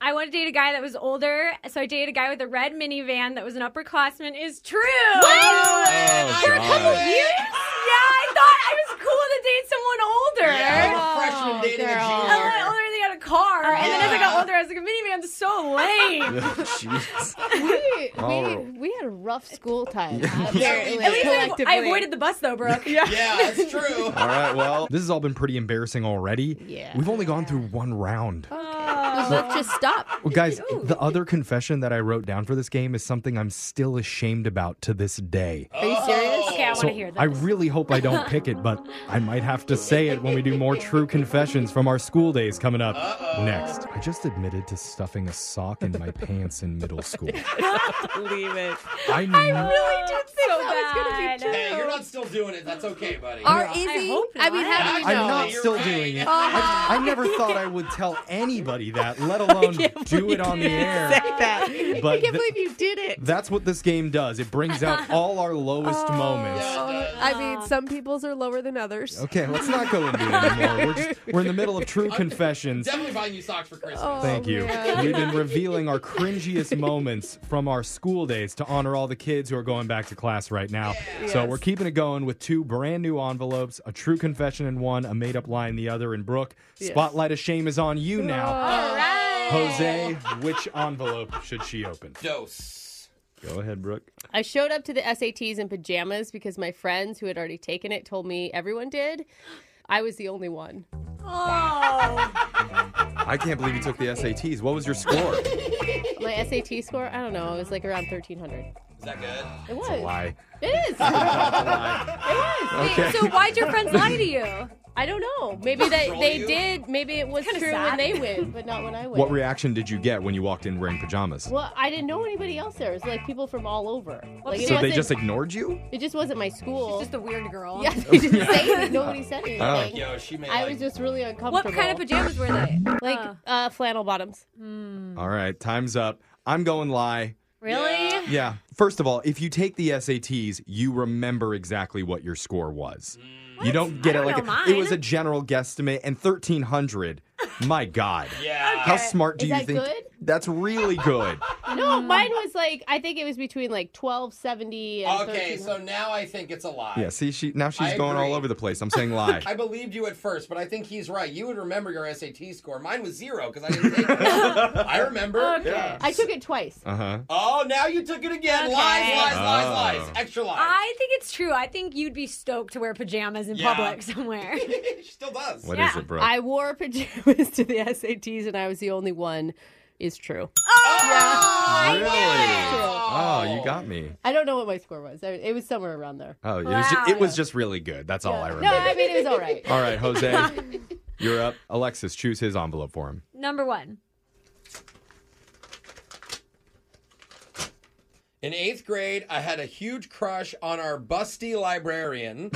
E: I want to date a guy that was older, so I dated a guy with a red minivan that was an upperclassman. Is true.
A: Oh,
E: For a couple
A: God.
E: years? Yeah, I thought I was cool to date someone older.
C: Yeah, I'm a freshman dating
M: girl.
C: a
E: I
C: junior.
E: went older than I had a car, and then as I
C: Yeah.
E: got older, I was like, a minivan's so lame.
M: We,
A: Jeez.
M: we,
A: Oh.
M: we had a rough school time.
A: Yeah.
M: Apparently.
E: At least I,
M: collectively.
E: I avoided the bus though, Brooke. yeah.
C: Yeah, that's true.
A: All right, well, this has all been pretty embarrassing already.
M: Yeah.
A: We've only gone through one round.
M: Let's just stop.
A: Well, guys,
D: Oh.
A: the other confession that I wrote down for this game is something I'm still ashamed about to this day.
D: Oh.
M: Are you serious?
E: Okay, I want to
A: So
E: hear that.
A: I really hope I don't pick it, but I might have to say it when we do more true confessions from our school days coming up next. I just admitted to stuffing a sock in my pants in middle school.
D: Leave it.
A: I,
D: Oh,
M: really did think
E: So
M: that was gonna be
E: bad.
M: true.
C: Hey, you're not still doing it. That's okay, buddy.
M: Are
E: I
M: Izzy?
E: hope
M: I mean,
E: not.
M: how do you
A: I'm
M: know?
A: not
C: You're
A: still
C: right.
A: doing it. I, I never thought I would tell anybody that, let alone do it on the
D: Say
A: air.
D: that.
A: But
M: I can't
A: th-
M: believe you did it.
A: that's what this game does. It brings out all our lowest moments.
D: Oh,
M: Oh,
D: I mean, some people's are lower than others.
A: Okay, let's not go into it anymore. We're, just, we're in the middle of true confessions.
C: Definitely buying you socks for Christmas.
M: Oh,
A: Thank you.
D: Oh, man.
A: We've been revealing our cringiest moments from our school days to honor all the kids who are going back to class right now. now. So we're keeping it going with two brand new envelopes, a true confession in one, a made up lie in the other. And Brooke,
N: Yes.
A: spotlight of shame is on you now.
N: All right.
A: Jose, which envelope should she open?
C: Dose.
A: Go ahead, Brooke.
D: I showed up to the SATs in pajamas because my friends who had already taken it told me everyone did. I was the only one.
M: Oh.
A: I can't believe you took the SATs. What was your score?
D: My SAT score, I don't know, it was like around 1300.
C: Is that good?
D: It was.
A: That's a lie.
D: It is.
A: Okay.
D: So why'd your friends lie to
E: you?
D: I don't know. Maybe they,
E: Troll
D: they
E: you?
D: did. Maybe it was
E: Kinda
D: true
E: sad.
D: when they went, but not when I went.
A: What reaction did you get when you walked in wearing pajamas?
D: Well, I didn't know anybody else there. It was like people from all over. Like, it
A: so they
D: wasn't-
A: just ignored you?
D: It just wasn't my school. She's just
E: a weird girl.
D: Yeah, they didn't say anything. Nobody said anything.
A: Oh.
C: Yo, she made
D: I
C: like-
D: was just really uncomfortable.
E: kind of pajamas were they? Hmm.
D: Like uh, flannel bottoms.
A: All right, time's up. I'm going lie.
E: Really?
A: Yeah. First of all, if you take the SATs, you remember exactly what your score was. You don't get
E: don't
A: it like
E: know
A: a, it was a general guesstimate, and thirteen hundred. My God.
C: Yeah.
A: How smart do
D: Is
A: you
D: that
A: think?
D: good?
A: That's really good.
D: No, mine was like I think it was between like twelve seventy and.
C: Okay, so now I think it's a lie.
A: yeah. See, she now she's
C: I
A: going all
C: agree.
A: over the place. I'm saying lie.
C: I believed you at first, but I think he's right. You would remember your SAT score. Mine was zero because I didn't take it. I remember. Yeah.
D: I took it twice.
A: Uh huh.
C: Oh, now you took it again.
E: Okay.
C: Lies, lies,
A: Oh.
C: lies, lies. Extra lies.
E: I think it's true. I think you'd be stoked to wear pajamas in
C: Yeah.
E: public somewhere.
C: she still does.
A: What
D: What
A: is
D: is
A: it, Brooke?
D: I wore pajamas to the SATs and I was the only one. Is true.
E: Oh,
A: really? Oh, you got me.
D: I don't know what my score was. I- It was somewhere around there.
A: Oh, it, was just, it was just really good. That's all I
D: No,
A: remember.
D: I mean it was all right.
A: All right, Jose, you're up. Alexis, choose his envelope for him.
E: Number one.
C: In eighth grade, I had a huge crush on our busty librarian.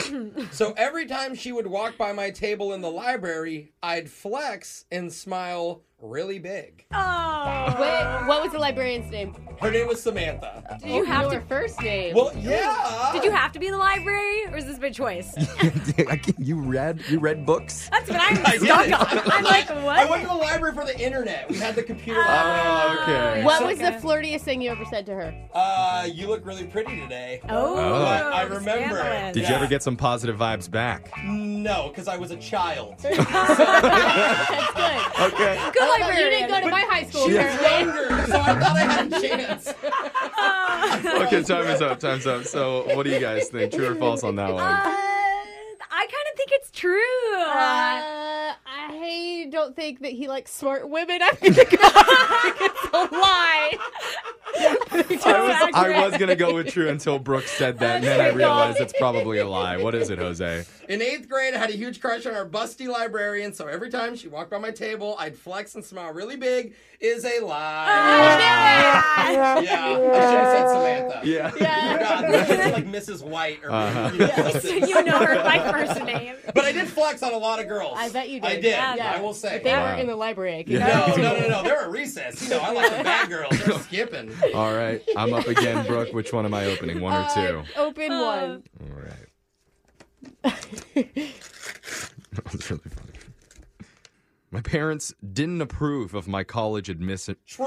C: so every time she would walk by my table in the library, I'd flex and smile really big.
E: Oh.
D: Wait, what was the librarian's name?
C: Her name was Samantha.
D: Did you have to first name?
C: Well, yeah.
E: Did you have to be in the library, or is this by choice?
A: you read you read books?
E: That's what I'm
C: I did
E: stuck
C: it.
E: on. I'm like,
C: I
E: what?
C: went to the library for the internet. We had the computer.
A: Oh, okay.
D: What was the flirtiest thing you ever said to her?
C: Uh, you look really pretty today.
E: Oh,
A: Oh.
C: I remember. it.
A: Did you ever get some positive vibes back?
C: No, because I was a child.
D: That's good.
A: Okay.
D: Good You
E: librarian.
D: didn't go to my high school.
C: She was
D: apparently.
C: younger, so I thought I had a chance.
E: Uh,
A: Okay, time is up. Time's up. So, what do you guys think? True or false on that
E: Uh,
A: one?
E: I kind of think it's true.
D: Uh, I don't think that he likes smart women. I think it's a lie.
A: I was, I was gonna go with true until Brooke said that, and
E: Oh
A: then I
D: Okay.
A: realized it's probably a lie. What is it, Jose?
C: In eighth grade, I had a huge crush on our busty librarian, so every time she walked by my table, I'd flex and smile really big. Is a lie.
E: Oh,
C: yeah, I should have said Samantha.
A: Yeah.
C: God, it's like Mrs. White or
A: Uh-huh.
E: you know her by first name.
C: But I did flex on a lot of girls.
D: I bet you did.
C: I did.
D: Yeah.
C: I will say.
D: But they
A: Wow.
D: weren't in the library.
A: Yeah.
C: No, no, no, no. They're at recess. You know, I like the bad girls. They're skipping.
A: All right, I'm up again, Brooke. Which one am I opening? One
E: Uh,
A: or two?
D: Uh, Open one.
A: All right. that was really funny. My parents didn't approve of my college admission.
C: True.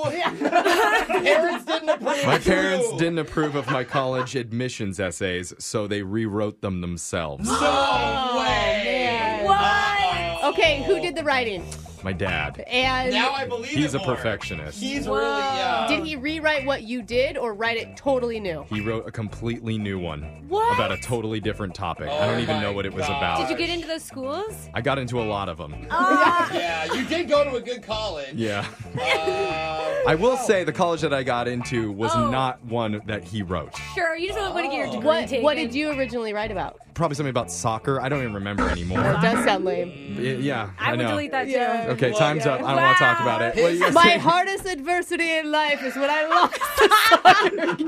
C: Parents didn't approve.
A: My
C: True.
A: parents didn't approve of my college admissions essays, so they rewrote them themselves.
C: No way.
E: What?
D: Oh, Okay, who did the writing?
A: My dad.
D: And
C: Now I believe
A: He's
C: it
A: a
C: more.
A: perfectionist.
C: He's really uh,
D: did he rewrite what you did or write it totally new?
A: He wrote a completely new one
E: What?
A: about a totally different topic. I don't
C: Oh
A: even know
C: my
A: what it was
C: God.
A: about.
E: Did you get into those schools?
A: I got into a lot of them.
E: Ah.
C: Yeah, you did go to a good college.
A: Yeah.
C: Uh,
A: I will say the college that I got into was
E: Oh.
A: not one that he wrote.
E: Sure, you just don't want to get your degree
D: What
E: taken.
D: What did you originally write about?
A: Probably something about soccer. I don't even remember
D: Well, it
A: anymore.
D: does sound lame.
A: Y- yeah, I,
E: I would
A: know.
E: delete that too.
A: Okay, time's up. I don't want to talk about it. What do you guys
D: My
A: think?
D: hardest adversity in life is when I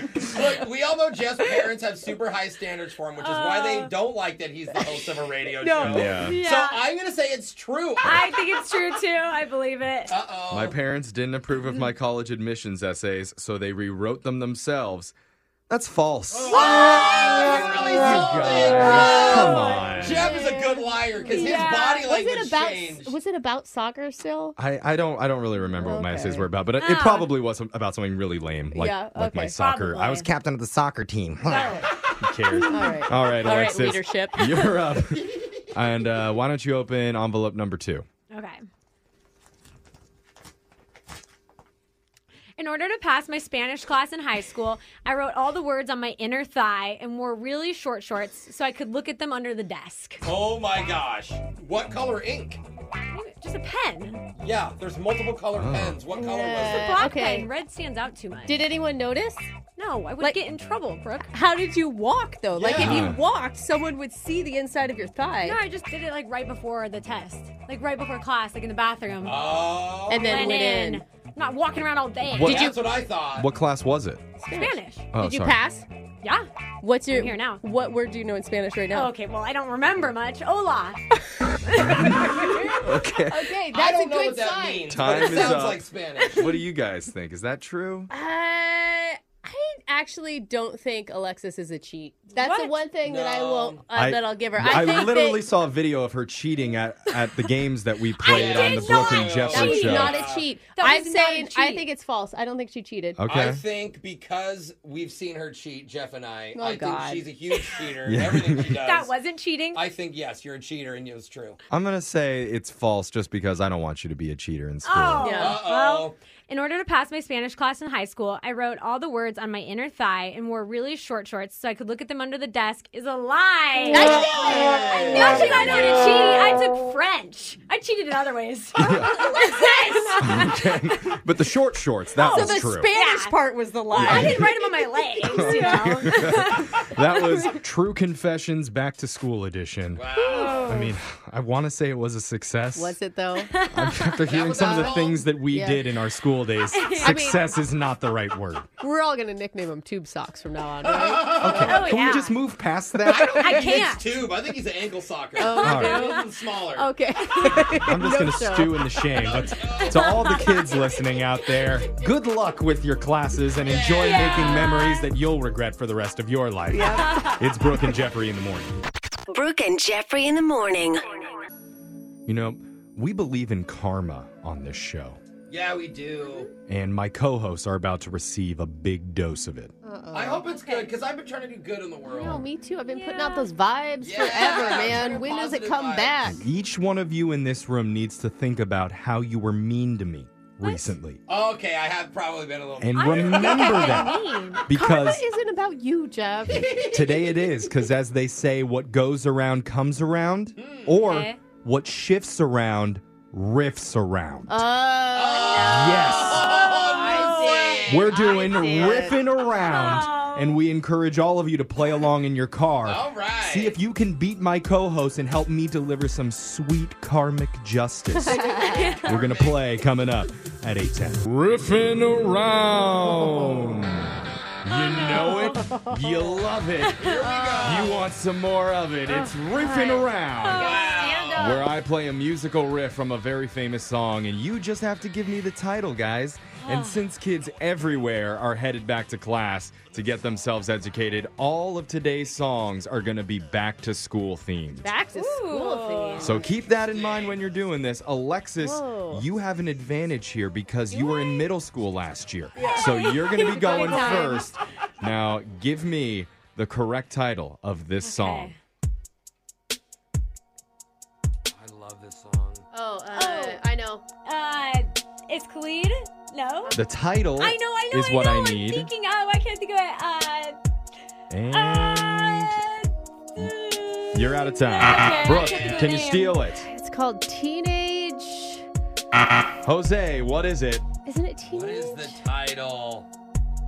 D: lost.
C: look, we all know Jeff's parents have super high standards for him, which is why they don't like that he's the host of a radio show.
A: Yeah.
C: So
E: Ah. Yeah.
C: I'm gonna say it's true.
E: I think it's true too. I believe it.
C: Uh oh.
A: My parents didn't approve of my college admissions essays, so they rewrote them themselves.
O: That's false.
C: really
O: sold it. God. Come on.
C: Jeff is a good liar because
M: Yeah.
C: his body
M: was
C: language
M: it about
C: changed.
M: was it about soccer still?
A: I, I don't I don't really remember what my essays were about, but it,
M: Ah.
A: it probably was about something really lame, like
M: Yeah,
A: like my
M: okay.
A: soccer. I was
M: Probably.
A: captain of the soccer team. Who
M: All
A: cares?
M: right.
A: All right,
M: All right,
A: Alexis,
M: leadership.
A: you're up. and uh, why don't you open envelope number two?
E: Okay. In order to pass my Spanish class in high school, I wrote all the words on my inner thigh and wore really short shorts so I could look at them under the desk.
C: Oh my gosh. What color ink?
E: Just a pen.
C: Yeah, there's multiple color
A: Oh.
C: pens. What color
E: It's a
C: was it?
E: black
M: Uh, okay.
E: pen. Red stands out too much.
M: Did anyone notice?
E: No, I would get in trouble, Brooke.
M: How did you walk though? Like if
A: Yeah.
M: you walked, someone would see the inside of your thigh.
E: No, I just did it like right before the test, like right before class, like in the bathroom.
C: Oh.
M: And then went in.
E: Not walking around all day.
A: What- Did you-
C: That's what I thought.
A: What class was it?
E: Spanish.
A: Oh,
M: did you
A: sorry.
M: pass?
E: Yeah.
M: What's your
E: here now.
M: What word do you know in Spanish right now?
E: Oh, okay, well, I don't remember much. Hola.
A: Okay.
M: Okay,
C: I
M: that's a
C: don't know
M: good
C: what that
M: sign.
C: means. but
A: Time
C: it
A: is
C: sounds
A: up.
C: like Spanish.
A: What do you guys think? Is that true?
M: Uh, I actually don't think Alexis is a cheat. That's the one thing that I won't uh, that I'll give her. I,
A: I
M: think
A: literally
M: that
A: saw a video of her cheating at, at the games that we played on the Brooke and Jeffrey
M: she's
A: show.
M: not a cheat.
E: That
M: I'm
E: was not a
M: saying I
E: cheat.
M: think it's false. I don't think she cheated.
A: Okay.
C: I think because we've seen her cheat, Jeff and I,
M: Oh,
C: I
M: God.
C: think she's a huge cheater in
A: Yeah.
C: everything she does.
E: that wasn't cheating.
C: I think, yes, you're a cheater and it was true.
A: I'm gonna say it's false just because I don't want you to be a cheater in school.
E: Oh,
M: Yeah.
E: well. In order to pass my Spanish class in high school, I wrote all the words on my inner thigh and wore really short shorts so I could look at them under the desk is a
M: I
E: lie.
M: knew it!
E: I knew
M: I knew
E: it! I knew to cheat. I took French. I cheated in other ways.
A: Okay. but the short shorts, that
M: so
A: was
M: the
A: true.
M: Spanish part was the lie.
E: I didn't write them on my legs, you know.
A: that was True Confessions Back to School Edition.
C: Wow.
A: I mean, I want to say it was a success.
M: Was it though?
A: After hearing
C: was
A: some of the
C: awful.
A: things that we
M: Yeah.
A: did in our school days,
M: I mean-
A: success is not the right word.
M: We're all gonna nickname him Tube Socks from now on, right?
E: Oh,
A: Can
E: yeah.
A: we just move past
E: I
A: that?
E: don't
C: I
E: I
C: think
E: can't.
C: it's tube. I think he's an ankle soccer.
A: All right.
C: Even smaller.
M: Oh, okay.
A: I'm just
M: No
A: going to
M: show.
A: stew in the shame. But to all the kids listening out there, good luck with your classes and enjoy making memories that you'll regret for the rest of your life. It's Brooke and Jeffrey in the morning.
H: Brooke and Jeffrey in the morning.
A: You know, we believe in karma on this show,
C: Yeah, we do.
A: and my co hosts are about to receive a big dose of it.
C: I hope it's good because I've been trying to do good in the world.
M: No, me too. I've been putting out those vibes
C: Yeah.
M: forever,
C: Sure,
M: man. When does it
C: positive
M: come
C: vibes.
M: back?
A: Each one of you in this room needs to think about how you were mean to me recently.
C: Okay, I have probably been a little.
A: And remember that
E: Mean.
A: because
M: Karma isn't about you, Jeff.
A: today it is, because as they say, what goes around comes around, or
E: Okay.
A: what shifts around riffs around.
M: Oh,
A: yes.
M: I see.
A: We're doing
M: I see it.
A: riffing around, and we encourage all of you to play along in your car.
C: All right.
A: See if you can beat my co host and help me deliver some sweet karmic justice. We're going to play coming up at 810. Riffing around. You know it, you love it. You want some more of it. It's riffing around.
C: Wow.
A: Where I play a musical riff from a very famous song, and you just have to give me the title, guys. And since kids everywhere are headed back to class to get themselves educated, all of today's songs are going to be back to school themed.
M: Back to school thing.
A: So keep that in mind when you're doing this. Alexis,
M: Whoa.
A: you have an advantage here because you were in middle school last year. So you're going to be going
E: time.
A: first. Now, give me the correct title of this song.
C: I love this song.
M: Oh, uh, I know.
E: Uh, it's Khalid? No?
A: The title
E: I know, I know,
A: is
E: I
A: what
E: know.
A: I need.
E: am thinking, oh, I can't think of it.
A: and
E: Uh, uh,
A: you're out of time.
E: Okay,
A: Brooke,
E: I can't think of
A: can
E: the
A: you
E: name.
A: steal it?
M: It's called Teenage.
A: Jose, what is it?
M: Isn't it
C: What
M: Teenage?
C: is the title?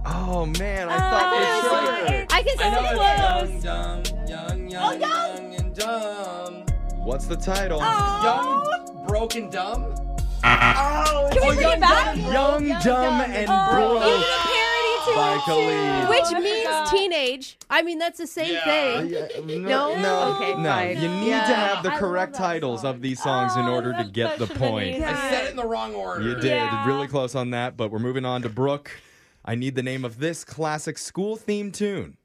A: Oh man, I thought
E: Oh,
A: for sure.
E: it's-
M: I can
C: I
M: say
C: know it's young, dumb, young, young, young, and dumb.
A: What's the title?
M: Oh,
E: Oh,
C: Young, broken, dumb.
E: Can we bring it back?
A: Young, Dumb, Oh, and Broke by Khalid.
M: Which means teenage. I I mean, that's the same
C: Yeah.
M: thing.
A: Yeah,
M: No? Okay,
A: no.
M: fine.
A: You need
M: Yeah.
A: to have the
M: I love
A: correct
M: that Oh,
A: titles of these songs in order to get the point.
C: I said it in the wrong order.
A: You did really close on that, but we're moving on to Brooke. I need the name of this classic school theme tune.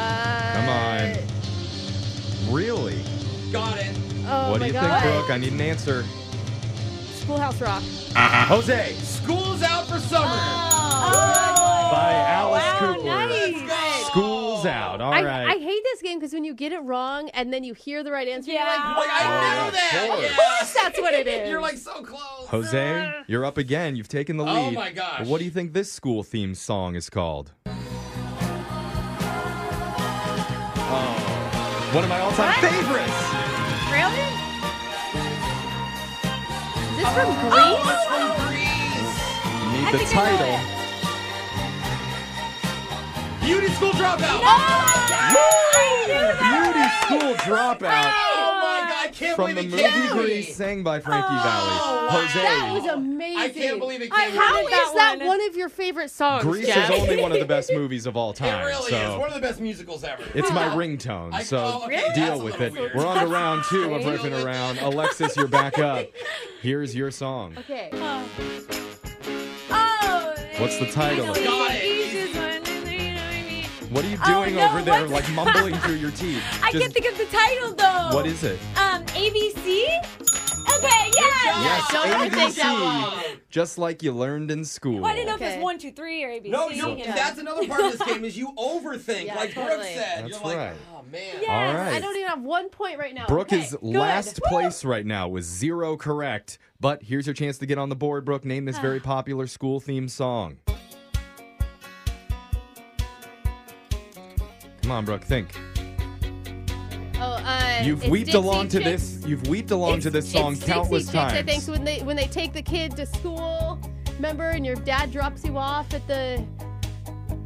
M: Uh,
A: Come on. Really?
C: Got it.
M: Oh
A: what
M: my
A: do you
M: god.
A: think, Brooke? I need an answer.
M: Schoolhouse Rock.
A: Jose
C: School's out for summer.
M: Oh.
C: Oh.
A: by Alice
M: wow,
A: Cooper.
M: nice.
A: School's out. All
M: I,
A: right.
M: I hate this game because when you get it wrong and then you hear the right answer,
C: Yeah.
M: you're like,
C: Like, I
M: "Wow."
C: knew that.
M: Of
C: Yeah.
M: course that's what it is.
C: You're like so close.
A: Jose, you're up again. You've taken the
C: Oh
A: lead.
C: my gosh.
A: What do you think this school theme song is called? Oh, one of my all-time favorites.
M: Really? Is this
A: Oh,
M: from Greece?
A: You need
M: I
A: the
M: think I know
A: title.
C: Beauty school dropout.
A: Beauty School Dropout
C: Oh my god, I can't
A: from the
C: believe it
A: movie
C: came.
A: Grease, sang by
C: Oh,
A: Frankie Valley. Jose.
M: That was amazing.
C: I can't believe it
M: I-
C: came
M: How
C: out.
M: is
C: That
M: that
C: one.
M: one of your favorite songs?
A: Grease
M: Jeff?
A: is only one of the best movies of all time.
C: It really
A: so
C: is one of the best musicals ever.
A: It's my ringtone, so
C: oh, okay, that's a
A: deal with
C: little
A: it.
C: weird.
A: We're on to round two of
C: Deal
A: ripping
C: with it.
A: around. Alexis, you're back up. Here's your song.
M: Okay.
E: Oh.
A: What's the title?
E: I know
A: Got
E: it. Easiest one, you know what I mean?
A: What are you
E: Oh,
A: doing
E: no,
A: over there,
E: what?
A: like mumbling through your teeth?
E: I can't think of the title though.
A: What is it?
E: Um, ABC. Okay,
A: Yes,
E: yes.
A: ABC, just like you learned in school.
E: Well, I didn't know if it was one, two, three, or ABC.
C: No, you're, that's another part of this game is you overthink,
M: Yeah,
C: like Brooke
M: totally.
C: said.
A: That's
C: you're like,
A: right.
C: oh man.
A: Yes, All right.
M: I don't even have one point right now.
A: Brooke
M: Okay,
A: is
M: good.
A: last place right now with zero correct, but here's your chance to get on the board. Brooke, name this very popular school theme song. Come on, Brooke, think.
M: Oh, uh,
A: You've
M: it's
A: weeped
M: Dixie
A: along to
M: Chicks.
A: this. You've weeped along to this song
M: it's
A: countless
M: Dixie Chicks,
A: times.
M: I think so when they when they take the kid to school, remember, and your dad drops you off at the.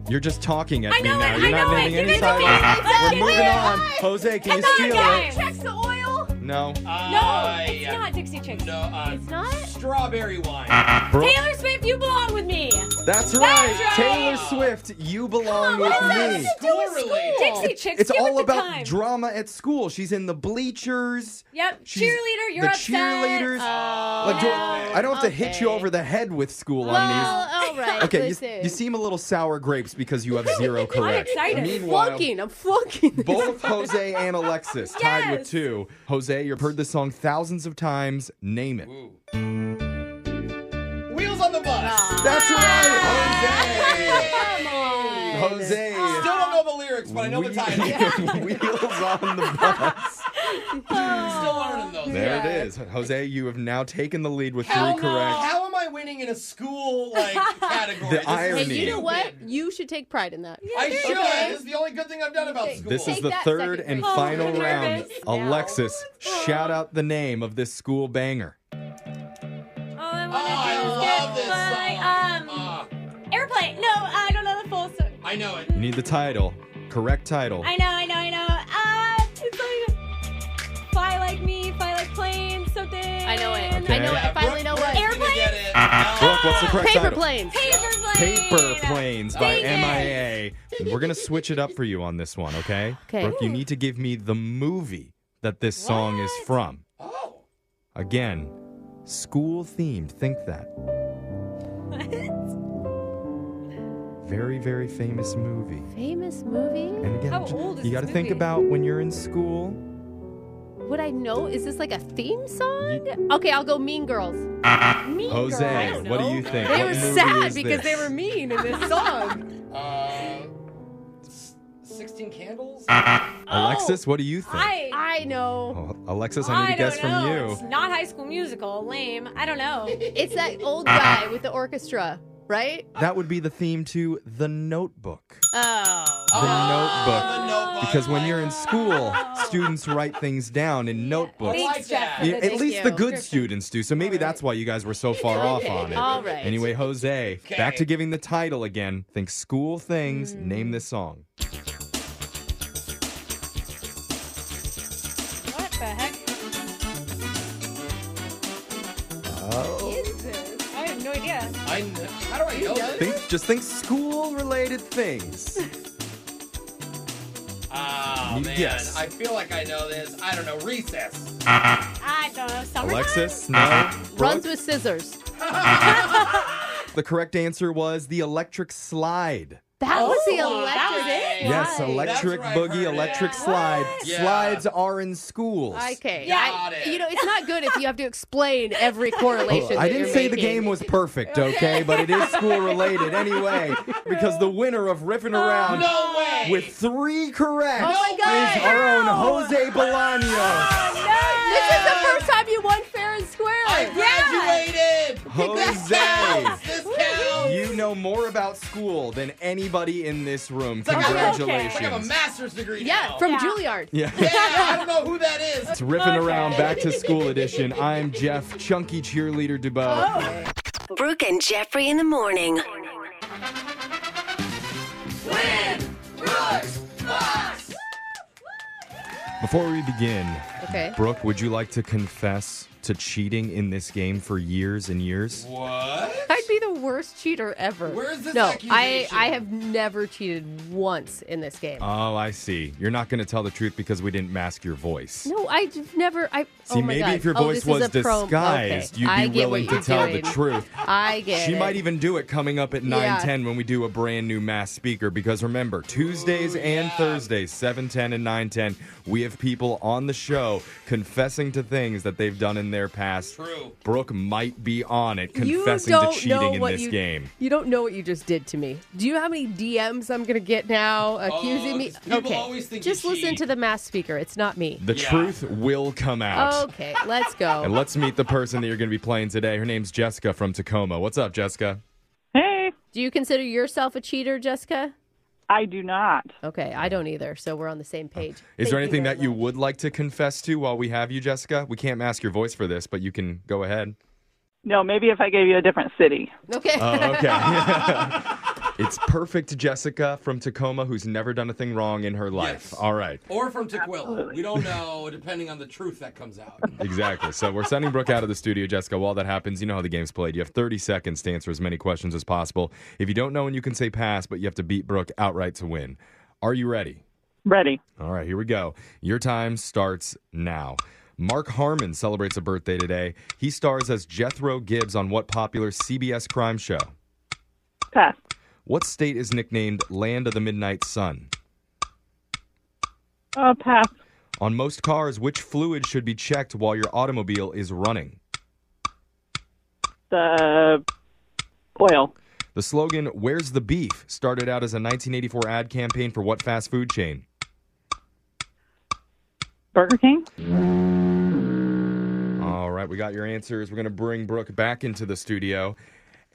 A: You're just talking at
M: I know
A: me
M: it,
A: now. You're
M: I
A: not
M: know it.
A: naming
M: Give
A: any
M: it to me.
A: titles.
M: Give
A: We're
M: it
A: moving
M: to me.
A: on. Jose, can you steal it?
E: Checks the oil.
A: No.
E: No, it's not Dixie Chicks.
C: No, uh,
E: it's not.
C: Strawberry wine.
A: Brooke,
E: Taylor Swift, you belong with me.
A: that's right. Taylor Swift, you belong with me.
E: Dixie Chicks.
A: It's
E: give
A: all
E: it the
A: about
E: time.
A: drama at school. She's in the bleachers.
E: Yep.
A: She's-
E: cheerleader, you're
A: the
E: upset. Oh,
A: cheerleaders. Like, do I, I don't have to hit you over the head with school on these.
M: all right.
A: Okay, you,
M: listen.
A: you seem a little sour grapes because you have zero correct.
M: I'm
A: Meanwhile,
M: flunking. I'm flunking.
A: both Jose and Alexis tied with two. Jose, you've heard this song thousands of times. Name it.
C: Wheels on the bus.
A: That's
C: right. Jose.
A: Jose.
E: Ah.
C: Still don't know the lyrics, but I know the title.
A: Wheels on the bus.
C: Still learning those.
A: There it is. Jose, you have now taken the lead with
C: How,
A: three correct.
C: how am I winning in a school like category?
A: The
C: This is
A: irony.
M: And you know what? You should take pride in that.
C: I should.
M: Okay.
C: This is the only good thing I've done about school.
A: This is the third and
M: Oh,
A: final round. Alexis, shout out the name of this school banger.
E: Oh, I want
C: love
E: to this Um, airplane. No, I don't know the full song.
C: Ah. I know it.
A: You need the title. Correct title.
E: I know, I know, I know. Ah, it's like fly like me, fly like planes, something. I know it.
A: Okay. I know it. I
M: finally know what.
E: Airplane.
A: Brooke, Uh, what's the correct
M: Ah, Paper
A: title?
M: planes.
E: Ah, Paper planes.
A: Paper Planes by
E: Dang
A: MIA. We're going to switch it up for you on this one, okay?
M: Okay.
A: Brooke, you need to give me the movie that this song is from. Oh. Again, school themed. Think that. Very, very famous movie.
M: Famous movie?
A: And again,
M: How old is
A: you
M: this
A: gotta think
M: movie?
A: about when you're in school.
M: Would I know? Is this like a theme song? Okay, I'll go Mean Girls. Mean
A: Jose,
M: Girls.
A: what do you
M: They
A: think? What
M: were
A: movie
M: sad
A: is
M: because
A: this?
M: they were mean in this song.
C: Uh, s- Sixteen Candles.
A: Alexis, what do you think?
E: I,
M: I know.
A: Oh, Alexis, I need a guess
E: Oh. don't know.
A: from you.
E: It's not High School Musical. Lame. I don't know.
M: it's that old
A: Uh,
M: guy with the orchestra, right?
A: That would be the theme to The Notebook.
M: Oh.
A: Ah, The Oh. notebook. Because when you're in school, students write things down in notebooks.
M: Thanks, Like Jeff, that. for
A: Yeah,
M: the
A: At
M: thank
A: least
M: you.
A: the good students do. So maybe that's why you guys were so far off on it.
M: All right.
A: Anyway, Jose, back to giving the title again. Think school
M: Mm.
A: things. Name this song.
E: What the heck
A: Oh.
E: is this? I have no idea.
C: I kn- How do I know this?
A: Think, just think school related things.
C: Ah. Oh man,
A: Yes.
C: I feel like I know this. I don't know. Recess.
E: I don't know. Summer.
A: Alexis, no.
D: Runs with scissors.
A: The correct answer was the electric slide.
D: That
M: was the
E: That was
M: electric.
E: it.
A: Yes, electric boogie, electric slide.
C: Yeah.
A: Slides are in schools.
D: Okay.
M: Yeah, I-
D: you know, it's not good if you have to explain every correlation.
A: Oh, I didn't say the game was perfect, okay? But it is school related anyway, because the winner of Riffing Around
C: Oh, no way.
A: with three correct
D: Oh my God,
A: is our own
D: no.
A: Jose Bolaños.
D: This is the first time you won fair and square.
C: I graduated.
A: Jose,
C: This counts.
A: you know more about school than anybody in this room.
C: It's like I-
A: Congratulations.
C: It's like I have a master's degree.
D: Yeah,
C: now.
D: from Juilliard.
A: Yeah.
C: Yeah, I don't know who that is.
A: It's riffing around back to school edition. I'm Jeff, chunky cheerleader Dubow.
C: Oh.
H: Brooke and Jeffrey in the morning.
A: Before we begin,
M: Okay.
A: Brooke, would you like to confess to cheating in this game for years and years?
C: What?
D: I'd be the worst cheater ever.
C: Where's this
D: No, I,
C: accusation?
D: I have never cheated once in this game.
A: Oh, I see. You're not going to tell the truth because we didn't mask your voice.
D: no, I've never. I
A: See,
D: oh my
A: maybe
D: God.
A: if your
D: Oh,
A: voice
D: this is
A: was
D: a pro-
A: disguised,
D: okay.
A: you'd be
D: I get what
A: willing to
D: you're
A: tell
D: doing.
A: the truth.
D: I get.
A: She
D: it.
A: might even do it coming up at 9:10
D: Yeah.
A: when we do a brand new mass speaker because remember, Tuesdays and Thursdays 7:10 and 9:10, we have people on the show confessing to things that they've done in their past. True. Brooke might be on it confessing
D: you
A: to
D: don't know
A: cheating in
D: what
A: this
D: you,
A: game.
D: You don't know what you just did to me. Do you know how many DMs I'm going to get now accusing me?
C: Uh, people
D: Okay.
C: always think you
D: just listen
C: cheat.
D: to the mass speaker. It's not me.
A: The truth will come out.
D: Okay, let's
A: And
D: go.
A: let's meet the person that you're going to be playing today. Her name's Jessica from Tacoma. What's up, Jessica?
D: Hey. Do you consider yourself a cheater, Jessica? I do not. Okay, I don't either. So we're on the same page.
A: Is there
D: Thank
A: anything that you would like to confess to while we have you, Jessica? We can't mask your voice for this, but you can go ahead.
P: No, maybe if I gave you a different city.
D: Okay.
A: Oh, okay. it's perfect, Jessica from Tacoma, who's never done a thing wrong in her life. All right,
C: Or from Tequila. We don't know, depending on the truth that comes out.
A: exactly. So we're sending Brooke out of the studio, Jessica. While that happens, you know how the game's played. You have 30 seconds to answer as many questions as possible. If you don't know, and you can say pass, but you have to beat Brooke outright to win. Are you ready?
P: Ready.
A: All right, here we go. Your time starts now. Mark Harmon celebrates a birthday today. He stars as Jethro Gibbs on what popular CBS crime show?
P: Pass.
A: What state is nicknamed Land of the Midnight Sun?
P: Uh, pass.
A: On most cars, which fluid should be checked while your automobile is running?
P: The oil.
A: The slogan, Where's the Beef, started out as a 1984 ad campaign for what fast food chain?
P: Burger King.
A: All right, we got your answers. We're going to bring Brooke back into the studio.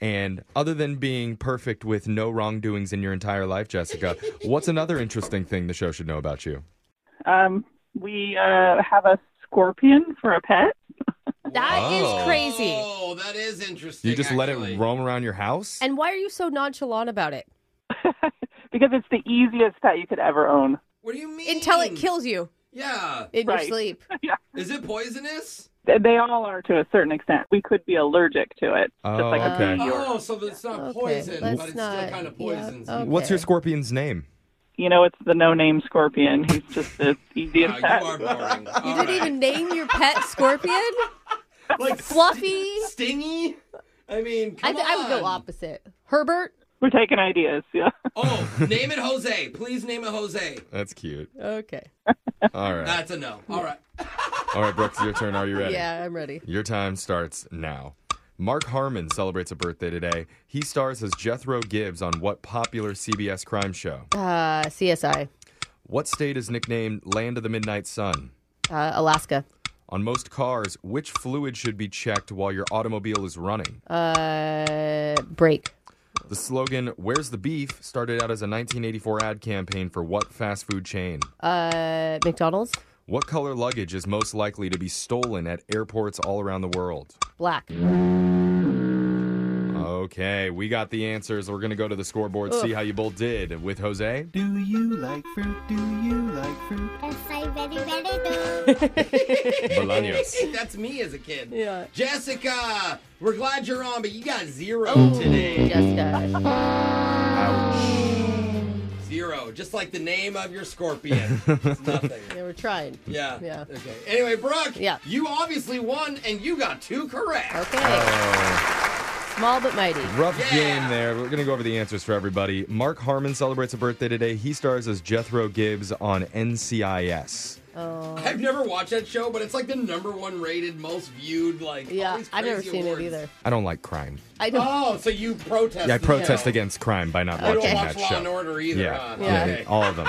A: And other than being perfect with no wrongdoings in your entire life, Jessica, what's another interesting thing the show should know about you?
P: Um, we uh, have a scorpion for a pet.
D: That is
A: Oh.
D: crazy.
C: Oh, that is interesting.
A: You just let it roam around your house?
D: And why are you so nonchalant about it?
P: because it's the easiest pet you could ever own.
C: What do you mean?
D: Until it kills you
C: Yeah.
D: in your
P: Right.
D: sleep.
C: Is it poisonous?
P: They- They all are to a certain extent. We could be allergic to it, just
A: Oh,
P: like a
A: okay.
P: bee or-
C: Oh, so it's not poison,
D: let's
C: but it's
D: not- Oh.
C: still kind of poison.
A: What's your scorpion's name?
P: you know, it's the no-name scorpion. He's just the easiest pet.
C: you are boring.
D: You didn't even name your pet scorpion?
C: Like
D: Fluffy?
C: stingy. I mean,
D: I,
C: come
D: th- I would go
C: on.
D: opposite. Herbert?
P: We're taking ideas. Yeah.
C: Oh, name it Jose. Please name it Jose.
A: That's cute.
D: Okay.
A: All right.
C: That's a no. All right.
A: All right, Brooke, it's your turn. Are you ready?
D: Yeah, I'm ready.
A: Your time starts now. Mark Harmon celebrates a birthday today. He stars as Jethro Gibbs on what popular CBS crime show?
D: Uh, CSI,
A: What state is nicknamed Land of the Midnight Sun?
D: uh, Alaska,
A: On most cars, which fluid should be checked while your automobile is running?
D: uh, break,
A: The slogan, Where's the Beef, started out as a 1984 ad campaign for what fast food chain?
D: uh, McDonald's,
A: What color luggage is most likely to be stolen at airports all around the world?
D: black.
A: Okay, we got the answers. We're going to go to the scoreboard, see
D: Ugh.
A: how you both did with Jose.
O: Do you like fruit? Do you like fruit?
A: Bolaños.
C: That's me as a kid.
D: Yeah.
C: Jessica, we're glad you're on, but you got zero today.
D: Jessica.
A: Ouch.
C: Zero. Zero, just like the name of your scorpion. It's nothing.
D: They were trying.
C: Yeah.
D: Yeah.
C: Okay. Anyway, Brooke,
D: Yeah.
C: you obviously won and you got two correct.
D: Okay. Small but mighty.
A: Rough game there. We're going to go over the answers for everybody. Mark Harmon celebrates a birthday today. He stars as Jethro Gibbs on NCIS.
D: Oh.
C: I've never watched that show, but it's like the number one rated, most viewed, like. all
D: Yeah,
C: these
D: I've never
C: crazy
D: seen
C: awards.
D: it either.
A: I don't like crime.
D: I don't.
C: Oh, so you protest?
A: yeah, I protest
C: the show.
A: against crime by not
C: I don't
A: watching
C: watch
A: that
C: Law
A: show.
C: and Order either,
A: Yeah,
C: huh?
A: yeah,
C: Okay.
A: all of them.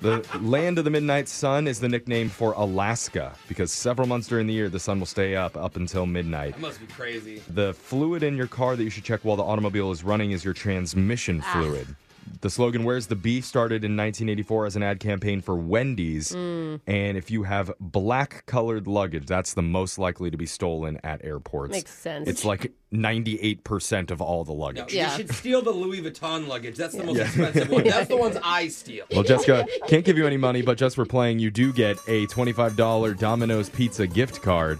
A: The land of the midnight sun is the nickname for Alaska because several months during the year the sun will stay up up until midnight.
C: That must be crazy.
A: The fluid in your car that you should check while the automobile is running is your transmission
C: Ah.
A: fluid. The slogan Where's the Beef started in 1984 as an ad campaign for Wendy's.
D: Mm.
A: And if you have black colored luggage, that's the most likely to be stolen at airports.
D: Makes sense.
A: It's like 98% of all the
C: No,
A: luggage.
C: You should steal the Louis Vuitton luggage. That's the most
A: Yeah.
C: expensive one. That's the ones I steal.
A: Well, Jessica, can't give you any money, but just for playing, you do get a $25 Domino's Pizza gift card.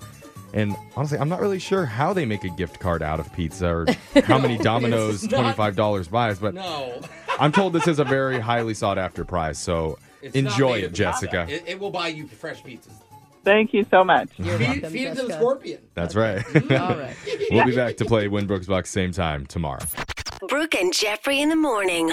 A: And honestly, I'm not really sure how they make a gift card out of pizza or how many
C: No,
A: Domino's
C: it's not-
A: $25 buys, but
C: No.
A: I'm told this is a very highly sought after prize. So
C: It's not
A: enjoy
C: made
A: it,
C: of
A: Jessica.
C: pizza. It, it will buy you fresh pizzas.
P: Thank you so much.
C: Feed, feed it to the scorpion.
A: That's right.
C: All right.
A: we'll be back to play Winbrook's Box same time tomorrow.
H: Brooke and Jeffrey in the morning.